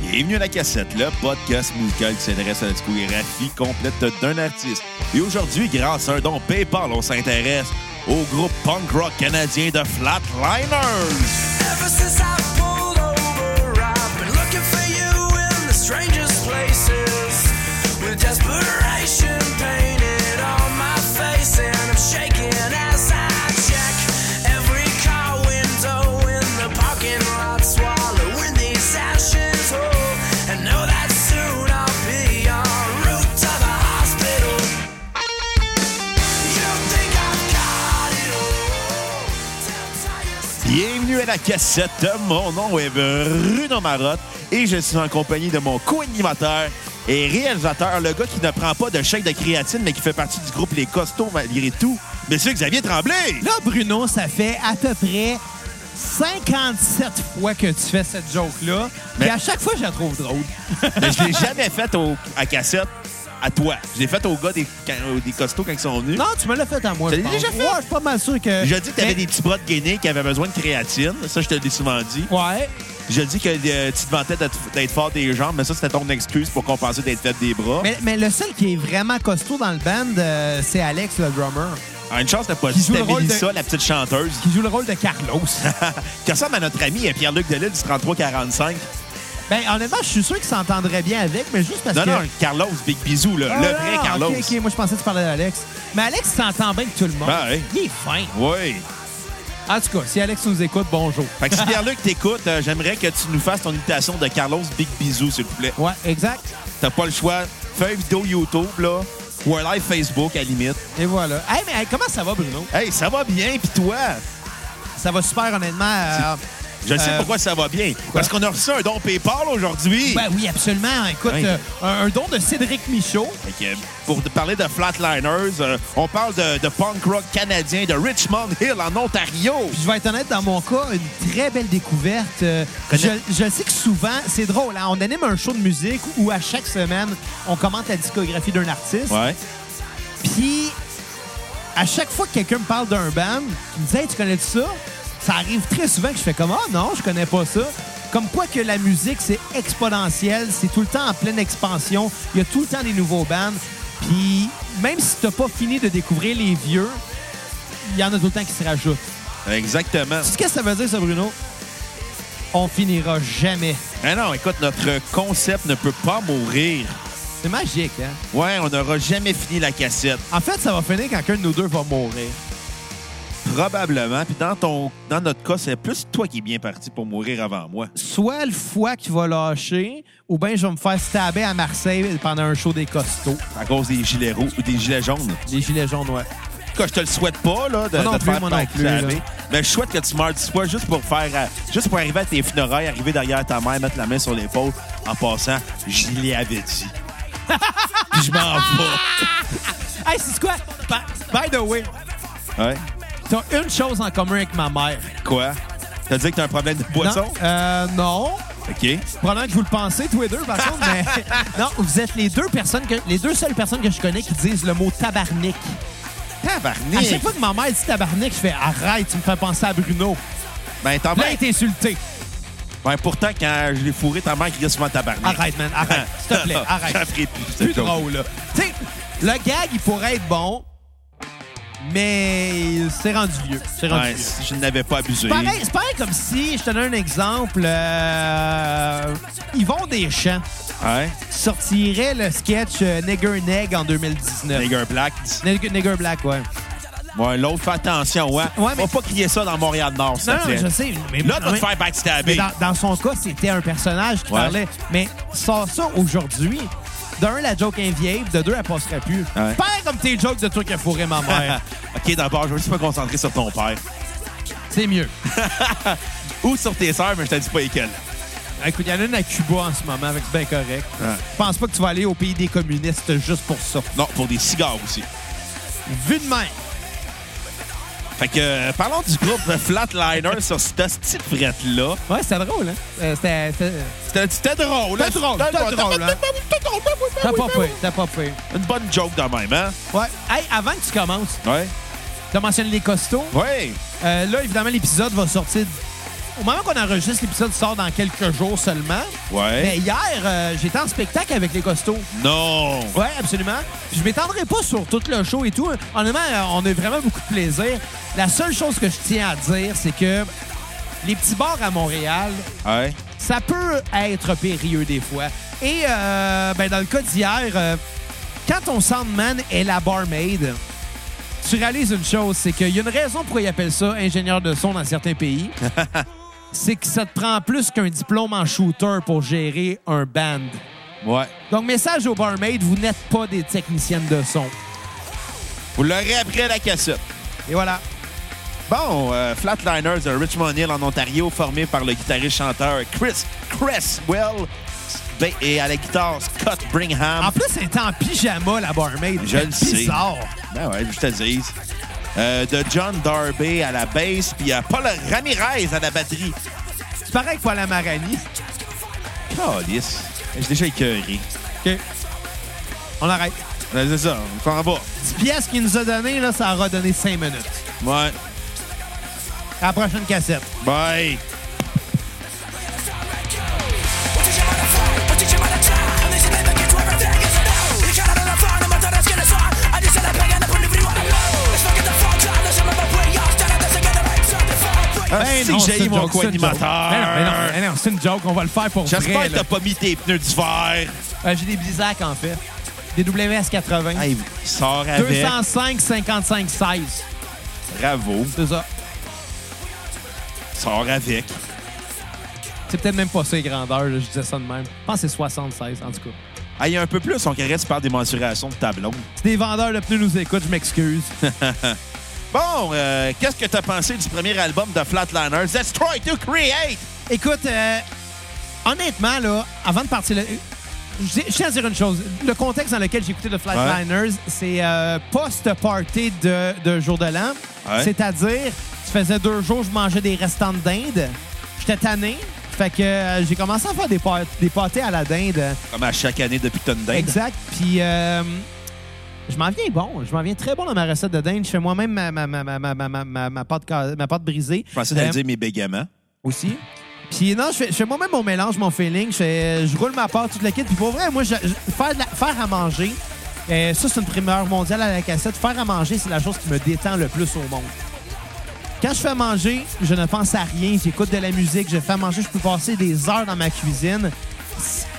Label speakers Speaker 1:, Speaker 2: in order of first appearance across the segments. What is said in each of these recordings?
Speaker 1: Bienvenue à La Cassette, le podcast musical qui s'intéresse à la discographie complète d'un artiste. Et aujourd'hui, grâce à un don PayPal, on s'intéresse au groupe punk rock canadien de Flatliners.
Speaker 2: Ever since I pulled over, I've been looking for you in the strangest places. With desperation painted on my face, and I'm shaking as I check every car window in the parking lot, swallowing these ashes whole. And know that soon I'll be en route to the hospital. You think I've got it all? Tell you.
Speaker 1: Bienvenue à la cassette. Mon nom est Bruno Marotte et je suis en compagnie de mon co-animateur et réalisateur, le gars qui ne prend pas de chèque de créatine mais qui fait partie du groupe Les Costauds malgré tout, Monsieur Xavier Tremblay.
Speaker 3: Là, Bruno, ça fait à peu près 57 fois que tu fais cette joke-là.
Speaker 1: Mais-
Speaker 3: Et à chaque fois, je la trouve drôle.
Speaker 1: Mais je l'ai jamais fait au- à cassette à toi. Je l'ai fait aux gars des, quand- des Costauds quand ils sont venus.
Speaker 3: Non, tu me l'as fait à moi.
Speaker 1: Tu
Speaker 3: je
Speaker 1: l'as
Speaker 3: pense.
Speaker 1: déjà fait?
Speaker 3: Ouais, je suis pas mal sûr que.
Speaker 1: Je dis que t'avais
Speaker 3: Mais-
Speaker 1: des petits bras de guinée qui avaient besoin de créatine. Ça, je te l'ai souvent dit.
Speaker 3: Ouais.
Speaker 1: Je dis que euh, tu te vantais d'être d'être fort des jambes, mais ça, c'était ton excuse pour compenser d'être faible des bras.
Speaker 3: Mais, mais le seul qui est vraiment costaud dans le band, euh, c'est Alex, le drummer,
Speaker 1: Ah, une chance, t'as pas
Speaker 3: Qui
Speaker 1: dit.
Speaker 3: joue le
Speaker 1: C'était
Speaker 3: rôle de-
Speaker 1: Mélissa, la petite chanteuse.
Speaker 3: qui joue le rôle de Carlos.
Speaker 1: qui ressemble à notre ami euh, Pierre-Luc Delisle du 3345.
Speaker 3: ben, honnêtement, je suis sûr qu'il s'entendrait bien avec, mais juste parce
Speaker 1: Non,
Speaker 3: que.
Speaker 1: non, Carlos, Big Bisou, là,
Speaker 3: Ah,
Speaker 1: le vrai
Speaker 3: non,
Speaker 1: Carlos.
Speaker 3: OK, OK, moi, je pensais que tu parlais d'Alex. Mais Alex s'entend bien avec tout le monde.
Speaker 1: Ben, ouais.
Speaker 3: Il est fin.
Speaker 1: Oui.
Speaker 3: En tout cas, si Alex nous écoute, bonjour.
Speaker 1: Fait que si Pierre-Luc t'écoute, euh, j'aimerais que tu nous fasses ton imitation de Carlos Big Bisou, s'il te plaît.
Speaker 3: Ouais, exact.
Speaker 1: T'as pas le choix. Fais une vidéo YouTube, là, ou un live Facebook, à la limite.
Speaker 3: Et voilà. Hey, mais hey, comment ça va, Bruno?
Speaker 1: Hey, ça va bien, pis toi?
Speaker 3: Ça va super, honnêtement. euh,
Speaker 1: Je sais
Speaker 3: Euh,
Speaker 1: pourquoi ça va bien. Parce qu'on a reçu un don PayPal aujourd'hui.
Speaker 3: Ben oui, absolument. Écoute,
Speaker 1: Oui.
Speaker 3: euh, un, un don de Cédric Michaud.
Speaker 1: Fait que, pour te parler de Flatliners, euh, on parle de, de punk rock canadien de Richmond Hill en Ontario.
Speaker 3: Puis je vais être honnête, dans mon cas, une très belle découverte. Euh, je,
Speaker 1: Connais-
Speaker 3: je sais que souvent, c'est drôle, hein, on anime un show de musique où à chaque semaine, on commente la discographie d'un artiste.
Speaker 1: Ouais.
Speaker 3: Puis à chaque fois que quelqu'un me parle d'un band, qui me dit Hey, tu connais ça? Ça arrive très souvent que je fais comme Ah non, je connais pas ça. Comme quoi que la musique, c'est exponentiel, c'est tout le temps en pleine expansion. Il y a tout le temps des nouveaux bands. Puis même si t'as pas fini de découvrir les vieux, il y en a tout le temps qui se rajoutent.
Speaker 1: Exactement.
Speaker 3: Tu sais ce que ça veut dire, ça, Bruno? On finira jamais.
Speaker 1: Ah non, écoute, notre concept ne peut pas mourir.
Speaker 3: C'est magique, hein?
Speaker 1: Ouais, on n'aura jamais fini la cassette.
Speaker 3: En fait, ça va finir quand un de nous deux va mourir.
Speaker 1: Probablement. Puis dans ton dans notre cas, c'est plus toi qui es bien parti pour mourir avant moi.
Speaker 3: soit le foie qui va lâcher, ou bien je vais me faire stabber à Marseille pendant un show des costauds.
Speaker 1: À cause des gilets rouges ou des gilets jaunes.
Speaker 3: Les gilets jaunes, ouais.
Speaker 1: Quoi, je te le souhaite pas, là, de,
Speaker 3: Moi non
Speaker 1: de te
Speaker 3: plus,
Speaker 1: faire
Speaker 3: moi non
Speaker 1: pas
Speaker 3: plus, là.
Speaker 1: clammer. Mais je souhaite que tu meurs du poids juste pour faire euh, juste pour arriver à tes funérailles, arriver derrière ta mère, mettre la main sur l'épaule en passant Je l'y avais dit. Puis je m'en vais.
Speaker 3: Hey, c'est quoi? Ba- By, the way,
Speaker 1: Ouais.
Speaker 3: t'as une chose en commun avec ma mère.
Speaker 1: Quoi? T'as dit que t'as un problème de boisson?
Speaker 3: Non? Euh, non.
Speaker 1: OK.
Speaker 3: Probablement que vous le pensez, tous les deux, par contre, mais... Non, vous êtes les deux personnes que... Les deux seules personnes que je connais qui disent le mot tabarnik. À
Speaker 1: Tabarnak!
Speaker 3: chaque fois que ma mère dit tabarnik, je fais « Arrête, tu me fais penser à Bruno.
Speaker 1: Ben, t'en »
Speaker 3: Là,
Speaker 1: vas-
Speaker 3: elle est insultée.
Speaker 1: Ben, pourtant, quand je l'ai fourré, ta mère criait souvent tabarnak.
Speaker 3: Arrête, man, arrête. S'il te plaît, arrête.
Speaker 1: J'en ferai plus.
Speaker 3: plus drôle. là. Tu sais, le gag, il pourrait être bon, mais c'est rendu vieux. C'est rendu
Speaker 1: Ouais,
Speaker 3: vieux.
Speaker 1: si je n'avais pas abusé.
Speaker 3: C'est Pareil, c'est pareil comme si, je te donne un exemple, euh, Yvon Deschamps
Speaker 1: Ouais.
Speaker 3: sortirait le sketch euh, Nigger Neg en 2019.
Speaker 1: Nigger Black.
Speaker 3: Nigger, Nigger Black, ouais.
Speaker 1: Ouais, l'autre, fais attention, ouais.
Speaker 3: Ouais, mais-
Speaker 1: On va pas crier ça dans Montréal-Nord,
Speaker 3: Non,
Speaker 1: ça
Speaker 3: non, mais je sais. Mais,
Speaker 1: Là, tu
Speaker 3: mais-
Speaker 1: te faire
Speaker 3: mais
Speaker 1: backstabber.
Speaker 3: dans, dans son cas, c'était un personnage qui
Speaker 1: Ouais.
Speaker 3: parlait. Mais sors ça aujourd'hui, d'un, la joke est vieille, de deux, elle passerait plus.
Speaker 1: Ouais.
Speaker 3: Pareil comme tes jokes de toi qui a fourré ma mère.
Speaker 1: OK, d'abord, je veux juste me concentrer sur ton père.
Speaker 3: c'est mieux.
Speaker 1: Ou sur tes sœurs, mais je te dis pas lesquelles.
Speaker 3: Écoute, il y en a une à Cuba en ce moment, avec c'est bien correct.
Speaker 1: Ouais.
Speaker 3: Je pense pas que tu vas aller au pays des communistes juste pour ça.
Speaker 1: Non, pour des cigares aussi.
Speaker 3: Vu de même.
Speaker 1: Fait que, euh, parlons du groupe Flatliner sur cette petite frette-là.
Speaker 3: Ouais, c'était drôle, hein? Euh, c'était. c'était-
Speaker 1: C'était- C'était drôle,
Speaker 3: C'était drôle, c'était drôle, hein?
Speaker 1: C'était drôle, ben oui, ben
Speaker 3: T'as
Speaker 1: oui,
Speaker 3: pas
Speaker 1: ben
Speaker 3: peur, t'as pas peur.
Speaker 1: oui. Une bonne joke de même, hein?
Speaker 3: Ouais. Hey, avant que tu commences,
Speaker 1: Ouais.
Speaker 3: t'as mentionné les costauds.
Speaker 1: Ouais.
Speaker 3: Euh, là, évidemment, l'épisode va sortir au moment qu'on enregistre, l'épisode sort dans quelques jours seulement.
Speaker 1: Ouais.
Speaker 3: Mais hier, euh, j'étais en spectacle avec les costauds.
Speaker 1: Non!
Speaker 3: Ouais, absolument. Puis je m'étendrai pas sur tout le show et tout. Honnêtement, euh, on a eu vraiment beaucoup de plaisir. La seule chose que je tiens à dire, c'est que les petits bars à Montréal,
Speaker 1: Ouais.
Speaker 3: ça peut être périlleux des fois. Et euh, ben, dans le cas d'hier, euh, quand ton soundman est la barmaid, tu réalises une chose, c'est qu'il y a une raison pourquoi ils appellent ça ingénieur de son dans certains pays. c'est que ça te prend plus qu'un diplôme en shooter pour gérer un band.
Speaker 1: Ouais.
Speaker 3: Donc, message aux barmaids, vous n'êtes pas des techniciennes de son.
Speaker 1: Vous l'aurez après la cassette.
Speaker 3: Et voilà.
Speaker 1: Bon, euh, Flatliners de Richmond Hill en Ontario, formé par le guitariste-chanteur Chris Cresswell ben, et à la guitare Scott Bringham.
Speaker 3: En plus, elle est en pyjama, la barmaid.
Speaker 1: Je le sais.
Speaker 3: bizarre.
Speaker 1: Ben ouais, je te dis. Euh, de John Darby à la basse, puis à Paul Ramirez à la batterie.
Speaker 3: C'est pareil que Paul Amarani.
Speaker 1: Calice. J'ai déjà écœuré.
Speaker 3: OK. On arrête.
Speaker 1: Ben, C'est ça, on s'en va.
Speaker 3: 10 pièces qu'il nous a donné, là, ça aura donné 5 minutes.
Speaker 1: Ouais.
Speaker 3: À la prochaine cassette.
Speaker 1: Bye.
Speaker 3: Ben
Speaker 1: c'est
Speaker 3: non,
Speaker 1: que j'ai
Speaker 3: une
Speaker 1: Ah, mon
Speaker 3: joke, c'est une joke.
Speaker 1: co-animateur.
Speaker 3: Ben non, ben non, ben non, c'est une joke. On va le faire pour
Speaker 1: J'espère
Speaker 3: vrai.
Speaker 1: que t'as
Speaker 3: là.
Speaker 1: pas mis tes pneus d'hiver.
Speaker 3: Euh, J'ai des Blizzak, en fait. Des WS80.
Speaker 1: Hey, sors avec.
Speaker 3: 205, 55, 16.
Speaker 1: Bravo.
Speaker 3: C'est ça.
Speaker 1: Sors avec.
Speaker 3: C'est peut-être même pas ça les grandeurs, là, je disais ça de même. Je pense que c'est 76, en tout cas.
Speaker 1: Hey, un peu plus, on caresse par des mensurations de tableau.
Speaker 3: Si des vendeurs de pneus nous écoutent, je m'excuse.
Speaker 1: Bon, euh, qu'est-ce que t'as pensé du premier album de Flatliners? Let's try to create!
Speaker 3: Écoute, euh, honnêtement, là, avant de partir... là, je je tiens à dire une chose. Le contexte dans lequel j'ai écouté le Flatliners, c'est euh, post-party de, de jour de l'an.
Speaker 1: Ouais.
Speaker 3: C'est-à-dire, tu faisais deux jours, je mangeais des restants de dinde. J'étais tanné. Fait que euh, j'ai commencé à faire des, pâ- des pâtés à la dinde.
Speaker 1: Comme à chaque année depuis Tonne d'Inde.
Speaker 3: Exact. Puis euh, je m'en viens bon. Je m'en viens très bon dans ma recette de dinde. Je fais moi-même ma, ma, ma, ma, ma, ma, ma, ma pâte, ca- ma pâte brisée.
Speaker 1: Je pensais d'aller
Speaker 3: Euh,
Speaker 1: dire mes bégaments.
Speaker 3: aussi. Puis non, je fais, je fais moi-même mon mélange, mon feeling. Je, fais- je roule ma pâte, toute la kit. Puis pour vrai, moi, je- je- faire, de la- faire à manger, euh, ça, c'est une primeur mondiale à la cassette. Faire à manger, c'est la chose qui me détend le plus au monde. Quand je fais à manger, je ne pense à rien. J'écoute de la musique, je fais à manger. Je peux passer des heures dans ma cuisine.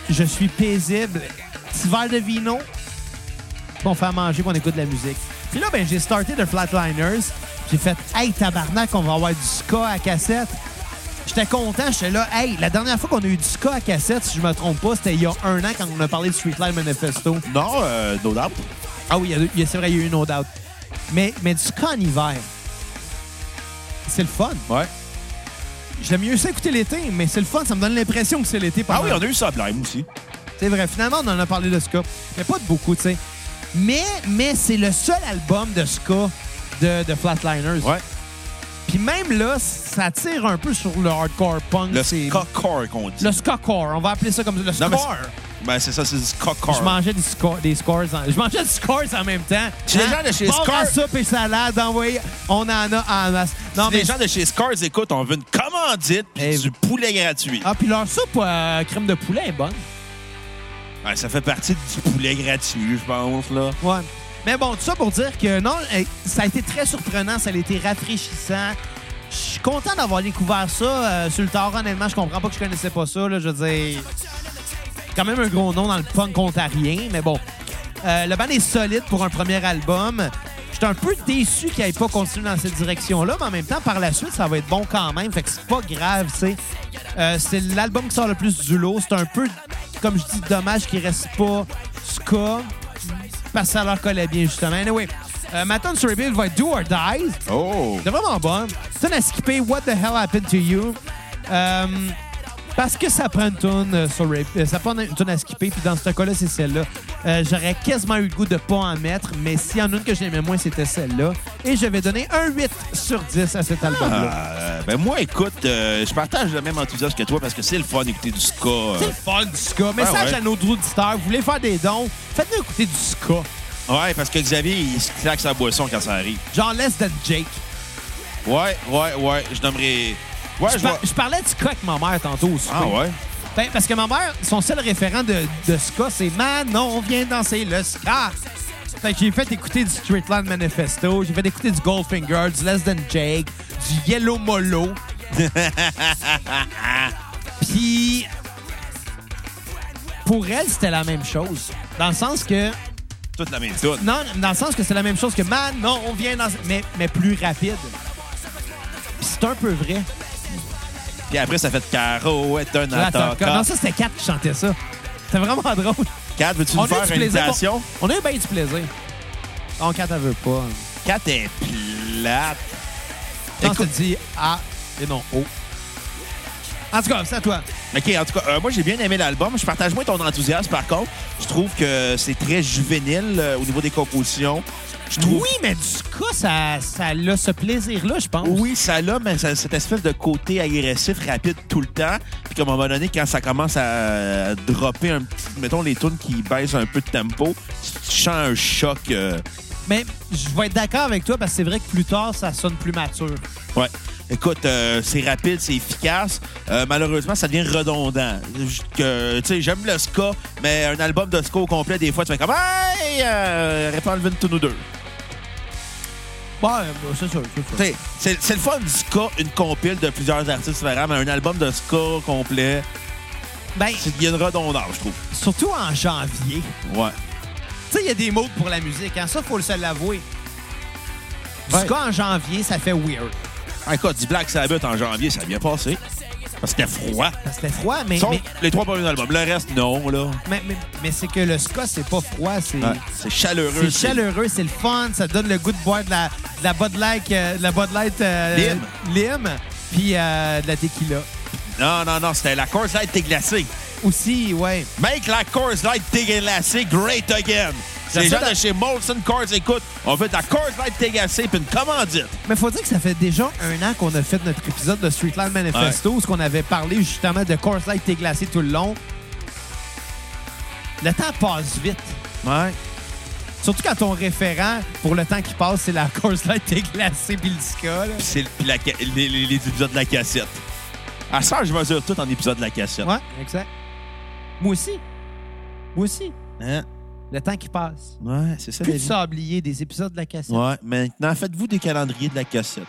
Speaker 3: Je suis paisible. Petit verre de vino, puis on fait à manger, puis on écoute de la musique. Puis là, ben, j'ai starté de Flatliners. J'ai fait « Hey, tabarnak, on va avoir du ska à cassette. » J'étais content, j'étais là. Hey, la dernière fois qu'on a eu du ska à cassette, si je me trompe pas, c'était il y a un an quand on a parlé de Street Life Manifesto.
Speaker 1: Non, euh, no doubt.
Speaker 3: Ah oui, il y a deux- il y a- c'est vrai, il y a eu No Doubt. Mais, mais du ska en hiver, c'est le fun.
Speaker 1: Ouais.
Speaker 3: J'aime mieux ça écouter l'été, mais c'est le fun. Ça me donne l'impression que c'est l'été.
Speaker 1: Ah
Speaker 3: pendant-
Speaker 1: oui, on a eu Sublime aussi.
Speaker 3: C'est vrai. Finalement, on en a parlé de ska. Mais pas de beaucoup, tu sais. Mais, mais c'est le seul album de ska de, de Flatliners.
Speaker 1: Ouais.
Speaker 3: Puis même là, ça tire un peu sur le hardcore punk.
Speaker 1: Le
Speaker 3: c'est-
Speaker 1: Scocore qu'on dit.
Speaker 3: Le ska-core. On va appeler ça comme ça. Le
Speaker 1: Non, mais
Speaker 3: score.
Speaker 1: Ben, c'est ça, c'est du
Speaker 3: Je
Speaker 1: Scocore.
Speaker 3: mangeais des, sco- des scores. En... Je mangeais des scores en même temps.
Speaker 1: Si les gens de chez
Speaker 3: Barre à
Speaker 1: Score-
Speaker 3: soupe et salade, envoyé. On en a en masse. Non,
Speaker 1: Si les gens de chez Scores écoutent, on veut une commandite puis
Speaker 3: Eh,
Speaker 1: du poulet gratuit.
Speaker 3: Ah, puis leur soupe euh, crème de poulet est bonne.
Speaker 1: Ouais, ça fait partie du poulet gratuit, je pense, là.
Speaker 3: Ouais. Mais bon, tout ça pour dire que non, eh, ça a été très surprenant, ça a été rafraîchissant. Je suis content d'avoir découvert ça euh, sur le tard, honnêtement. Je comprends pas que je connaissais pas ça. Là, je veux dire, quand même un gros nom dans le punk ontarien, mais bon. Euh, le band est solide pour un premier album. J'étais un peu déçu qu'il n'ait pas continué dans cette direction-là, mais en même temps, par la suite, ça va être bon quand même. Fait que c'est pas grave, tu sais. Euh, c'est l'album qui sort le plus du lot. C'est un peu, comme je dis, dommage qu'il reste pas ska parce que ça leur collait bien, justement. Anyway, euh, ma tune sur Rebuild va être Do or Die.
Speaker 1: Oh!
Speaker 3: C'est vraiment bon. Tune à skipper What the Hell Happened to You. Euh, parce que ça prend une tune euh, sur Rap- euh, ça prend une tune à skipper, puis dans ce cas-là, c'est celle-là. Euh, J'aurais quasiment eu le goût de pas en mettre, mais s'il y en a une que j'aimais moins, c'était celle-là. Et je vais donner un 8 sur 10 à cet album-là.
Speaker 1: Euh, ben moi, écoute, euh, je partage le même enthousiasme que toi parce que c'est le fun d'écouter du ska. euh.
Speaker 3: C'est le fun du ska. Message
Speaker 1: ouais.
Speaker 3: à nos auditeurs. Vous voulez faire des dons? Faites-nous écouter du ska.
Speaker 1: Ouais, parce que Xavier, il se claque sa boisson quand ça arrive.
Speaker 3: Genre Less Than Jake.
Speaker 1: Ouais, ouais, ouais. Je nommerai Ouais,
Speaker 3: je,
Speaker 1: je
Speaker 3: par-
Speaker 1: vois.
Speaker 3: je parlais de Ska avec ma mère tantôt au souper.
Speaker 1: Ah ouais?
Speaker 3: Ben, parce que ma mère, son seul référent de, de ska, c'est Manon, viens danser le ska. Fait que j'ai fait écouter du Streetland Manifesto, j'ai fait écouter du Goldfinger, du Less Than Jake, du Yellow Molo. Puis, pour elle, c'était la même chose. Dans le sens que,
Speaker 1: Toute la même toute.
Speaker 3: non, dans le sens que c'est la même chose que Manon, viens danser, mais, mais plus rapide. Puis c'est un peu vrai.
Speaker 1: Puis après, ça fait Caro est un
Speaker 3: Attends, Non,
Speaker 1: attaquant.
Speaker 3: ça, c'était 4 qui chantait ça. C'était vraiment drôle.
Speaker 1: Kat, veux-tu nous faire une imitation?
Speaker 3: On on a eu bien du plaisir. On quatre, elle veut pas.
Speaker 1: Kat est plate.
Speaker 3: Non,
Speaker 1: Écoute-
Speaker 3: c'est dit A et non O. En tout cas, c'est à toi.
Speaker 1: OK, en tout cas, euh, moi, j'ai bien aimé l'album. Je partage moins ton enthousiasme, par contre. Je trouve que c'est très juvénile euh, au niveau des compositions. Je trouve...
Speaker 3: Oui, mais du cas, ça, ça a ce plaisir-là, je pense.
Speaker 1: Oui, ça l'a, mais ça- cette espèce de côté agressif, rapide tout le temps. Puis qu'à un moment donné, quand ça commence à dropper un petit... Mettons, les tunes qui baissent un peu de tempo, tu sens un choc. euh,
Speaker 3: Mais je vais être d'accord avec toi parce que c'est vrai que plus tard, ça sonne plus mature.
Speaker 1: Ouais. Écoute, euh, c'est rapide, c'est efficace. Euh, malheureusement, ça devient redondant. Je- que, Tu sais, j'aime le ska, mais un album de ska au complet, des fois, tu fais comme Hey! Euh, aurait pas enlevé une tune ou deux.
Speaker 3: Bon, euh, bah, c'est sûr, c'est sûr.
Speaker 1: Tu sais, C'est c'est le fun du ska, une compile de plusieurs artistes différents, mais un album de ska complet,
Speaker 3: Ben,
Speaker 1: c'est- il y a une redondance, je trouve.
Speaker 3: surtout en janvier.
Speaker 1: Ouais.
Speaker 3: Tu sais, il y a des modes pour la musique. Hein? Ça, faut se l'avouer. Du
Speaker 1: Ouais.
Speaker 3: cas en janvier, ça fait weird.
Speaker 1: Ah, Écoute, du Black Sabbath en janvier, ça a bien passé. Parce que c'était froid.
Speaker 3: Parce que C'était froid, mais,
Speaker 1: Sauf
Speaker 3: mais,
Speaker 1: les trois premiers albums. Le reste, non, là.
Speaker 3: mais, mais- mais c'est que le ska, c'est pas froid, c'est...
Speaker 1: Ouais. C'est chaleureux.
Speaker 3: C'est chaleureux, c'est le fun, ça donne le goût de boire de la, de la Bud Light, euh, de la Bud Light euh,
Speaker 1: Lime.
Speaker 3: lime, puis euh, de la tequila.
Speaker 1: Non, non, non, c'était la course light était glacée.
Speaker 3: Aussi, ouais.
Speaker 1: Make la Coors Light déglacée great again.
Speaker 3: Ça
Speaker 1: Les
Speaker 3: fait
Speaker 1: gens
Speaker 3: la-
Speaker 1: de chez Molson Coors, écoute, on veut de la Coors Light déglacée puis une commandite.
Speaker 3: Mais faut dire que ça fait déjà un an qu'on a fait notre épisode de Streetland Manifesto, où on avait parlé justement de Coors Light et glacé tout le long. Le temps passe vite.
Speaker 1: Ouais.
Speaker 3: Surtout quand ton référent pour le temps qui passe, c'est la Coors Light et glacé puis le Ska, là.
Speaker 1: Puis c'est le- puis la ca- les, les- les épisodes de la cassette. À ça, je mesure tout en épisode de la cassette.
Speaker 3: Ouais, exact. Moi aussi. Moi aussi.
Speaker 1: Hein?
Speaker 3: Le temps qui passe.
Speaker 1: Ouais, c'est ça,
Speaker 3: Plus
Speaker 1: la
Speaker 3: de
Speaker 1: vie.
Speaker 3: sablier, des épisodes de la cassette.
Speaker 1: Ouais, maintenant, faites-vous des calendriers de la cassette.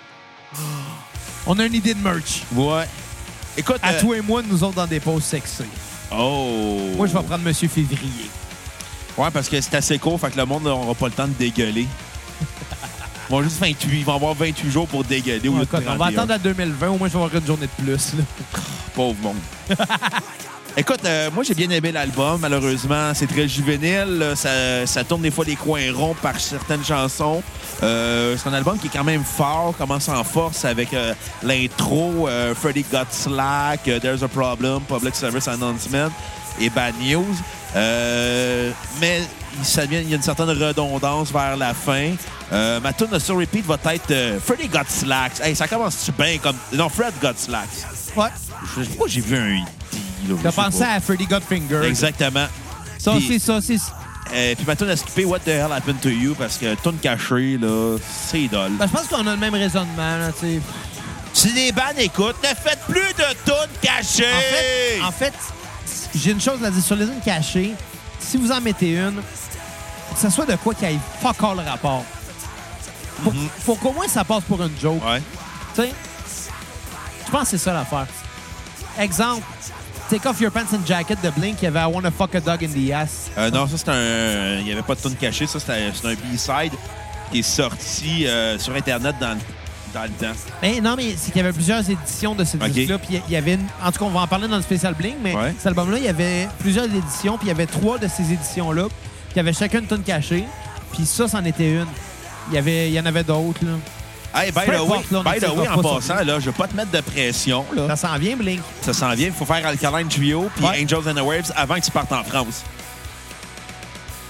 Speaker 3: On a une idée de merch.
Speaker 1: Ouais. Écoute,
Speaker 3: À
Speaker 1: euh,
Speaker 3: toi et moi, nous autres dans des pauses sexy.
Speaker 1: Oh.
Speaker 3: Moi, je vais prendre Monsieur Février.
Speaker 1: Ouais, parce que c'est assez court, fait que le monde n'aura pas le temps de dégueuler. Ils vont juste 28, ils vont avoir 28 jours pour dégueuler ou
Speaker 3: En tout cas, on va attendre à 2020, au moins je vais avoir une journée de plus. là.
Speaker 1: Pauvre monde. Écoute, euh, moi j'ai bien aimé l'album, malheureusement. C'est très juvénile. euh, Ça, ça tourne des fois les coins ronds par certaines chansons. Euh, c'est un album qui est quand même fort, commence en force avec euh, l'intro euh, Freddy Got Slack, euh, There's a Problem, Public Service Announcement et Bad News. Euh, mais ça devient- il y a une certaine redondance vers la fin. Euh, ma tune de sur repeat va être euh, Freddy Got Slack. Hey, ça commence-tu bien comme. Non, Fred Got Slack.
Speaker 3: Ouais.
Speaker 1: Je sais pas, j'ai vu un deal.
Speaker 3: T'as pensé à Freddy Godfinger.
Speaker 1: Exactement.
Speaker 3: Ça,
Speaker 1: Puis-
Speaker 3: c'est ça, c'est ça.
Speaker 1: Euh, puis ma tune à skipper, What the hell happened to you? Parce que tune cachée, là, c'est idole.
Speaker 3: Ben, je pense qu'on a le même raisonnement. Là, tu sais.
Speaker 1: Si Bah, les bandes écoutent, ne faites plus de tunes cachées!
Speaker 3: en fait, en fait, j'ai une chose à dire sur les unes cachées. Si vous en mettez une, que ce soit de quoi qu'il y ait fuck all rapport. Faut,
Speaker 1: Mm-hmm.
Speaker 3: faut qu'au moins ça passe pour une joke.
Speaker 1: Ouais.
Speaker 3: Tu sais, je pense que c'est ça l'affaire. Exemple, Take Off Your Pants and Jacket de Blink, il y avait I Wanna Fuck a Dog in the Ass.
Speaker 1: Euh, non, ça, c'est un. Il n'y avait pas de tune cachée. Ça, c'est un, c'est un B-side qui est sorti euh, sur Internet dans le, dans le temps.
Speaker 3: Mais Ben, non, mais c'est qu'il y avait plusieurs éditions de ce
Speaker 1: Ok.
Speaker 3: disque-là. Puis il y avait une- En tout cas, on va en parler dans le spécial Blink, mais
Speaker 1: Ouais.
Speaker 3: cet album-là, il y avait plusieurs éditions, puis il y avait trois de ces éditions-là, qui avaient chacune une tonne cachée. Puis ça, c'en était une. Il y, avait, il y en avait d'autres, là.
Speaker 1: Hey, by
Speaker 3: Peu
Speaker 1: the way,
Speaker 3: importe, là, on
Speaker 1: by
Speaker 3: ne
Speaker 1: the way,
Speaker 3: tirera
Speaker 1: en
Speaker 3: pas
Speaker 1: passant, là, je vais pas te mettre de pression. Là.
Speaker 3: Ça s'en vient, Blink.
Speaker 1: Ça s'en vient. Il faut faire Alkaline Trio puis
Speaker 3: Ouais.
Speaker 1: Angels and the Waves avant que tu partes en France.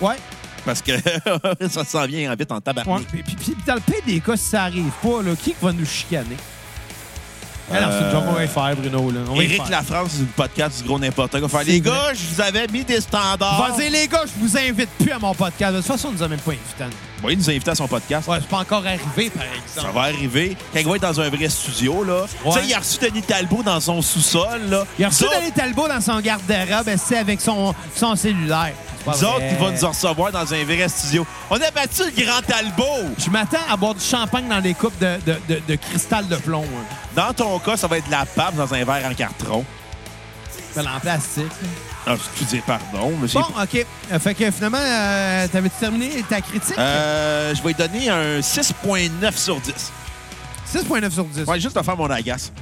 Speaker 3: Ouais.
Speaker 1: Parce que ça s'en vient vite en tabac.
Speaker 3: ouais. Puis, puis- puis dans le pire des cas, si ça arrive pas, là, qui va nous chicaner? Alors, c'est une
Speaker 1: Euh,
Speaker 3: joke qu'on va y faire, Bruno. Là. On va y
Speaker 1: Éric
Speaker 3: faire.
Speaker 1: Lafrance du podcast du gros n'importe quoi. Faire,
Speaker 3: C'est
Speaker 1: les
Speaker 3: vrai.
Speaker 1: gars, je vous avais mis des standards.
Speaker 3: Vas-y, les gars, je vous invite plus à mon podcast. De toute façon, on nous a même pas invités. Ouais,
Speaker 1: Bon, il nous invite à son podcast.
Speaker 3: c'est pas encore arrivé, par
Speaker 1: Ça
Speaker 3: exemple.
Speaker 1: va arriver. Quand il va être dans un vrai studio, là.
Speaker 3: Ouais.
Speaker 1: Tu sais, il a reçu Denis Talbot dans son sous-sol, là.
Speaker 3: Il a reçu
Speaker 1: Nous autres-
Speaker 3: Denis Talbot dans son garde-robe, ben, c'est avec son, son cellulaire. C'est pas
Speaker 1: Nous autres,
Speaker 3: vrai.
Speaker 1: il va nous recevoir dans un vrai studio. On a battu le grand Talbot.
Speaker 3: Je m'attends à boire du champagne dans les coupes de, de, de- de cristal de plomb. hein.
Speaker 1: Dans ton cas, ça va être de la pape dans un verre en carton.
Speaker 3: Ben, en plastique.
Speaker 1: Ah, excusez, pardon, monsieur.
Speaker 3: Bon, OK. Euh, Fait que finalement, euh, t'avais-tu terminé ta critique?
Speaker 1: Euh, je vais lui donner un 6.9 sur 10.
Speaker 3: 6.9 sur 10.
Speaker 1: Ouais, juste à faire mon agace.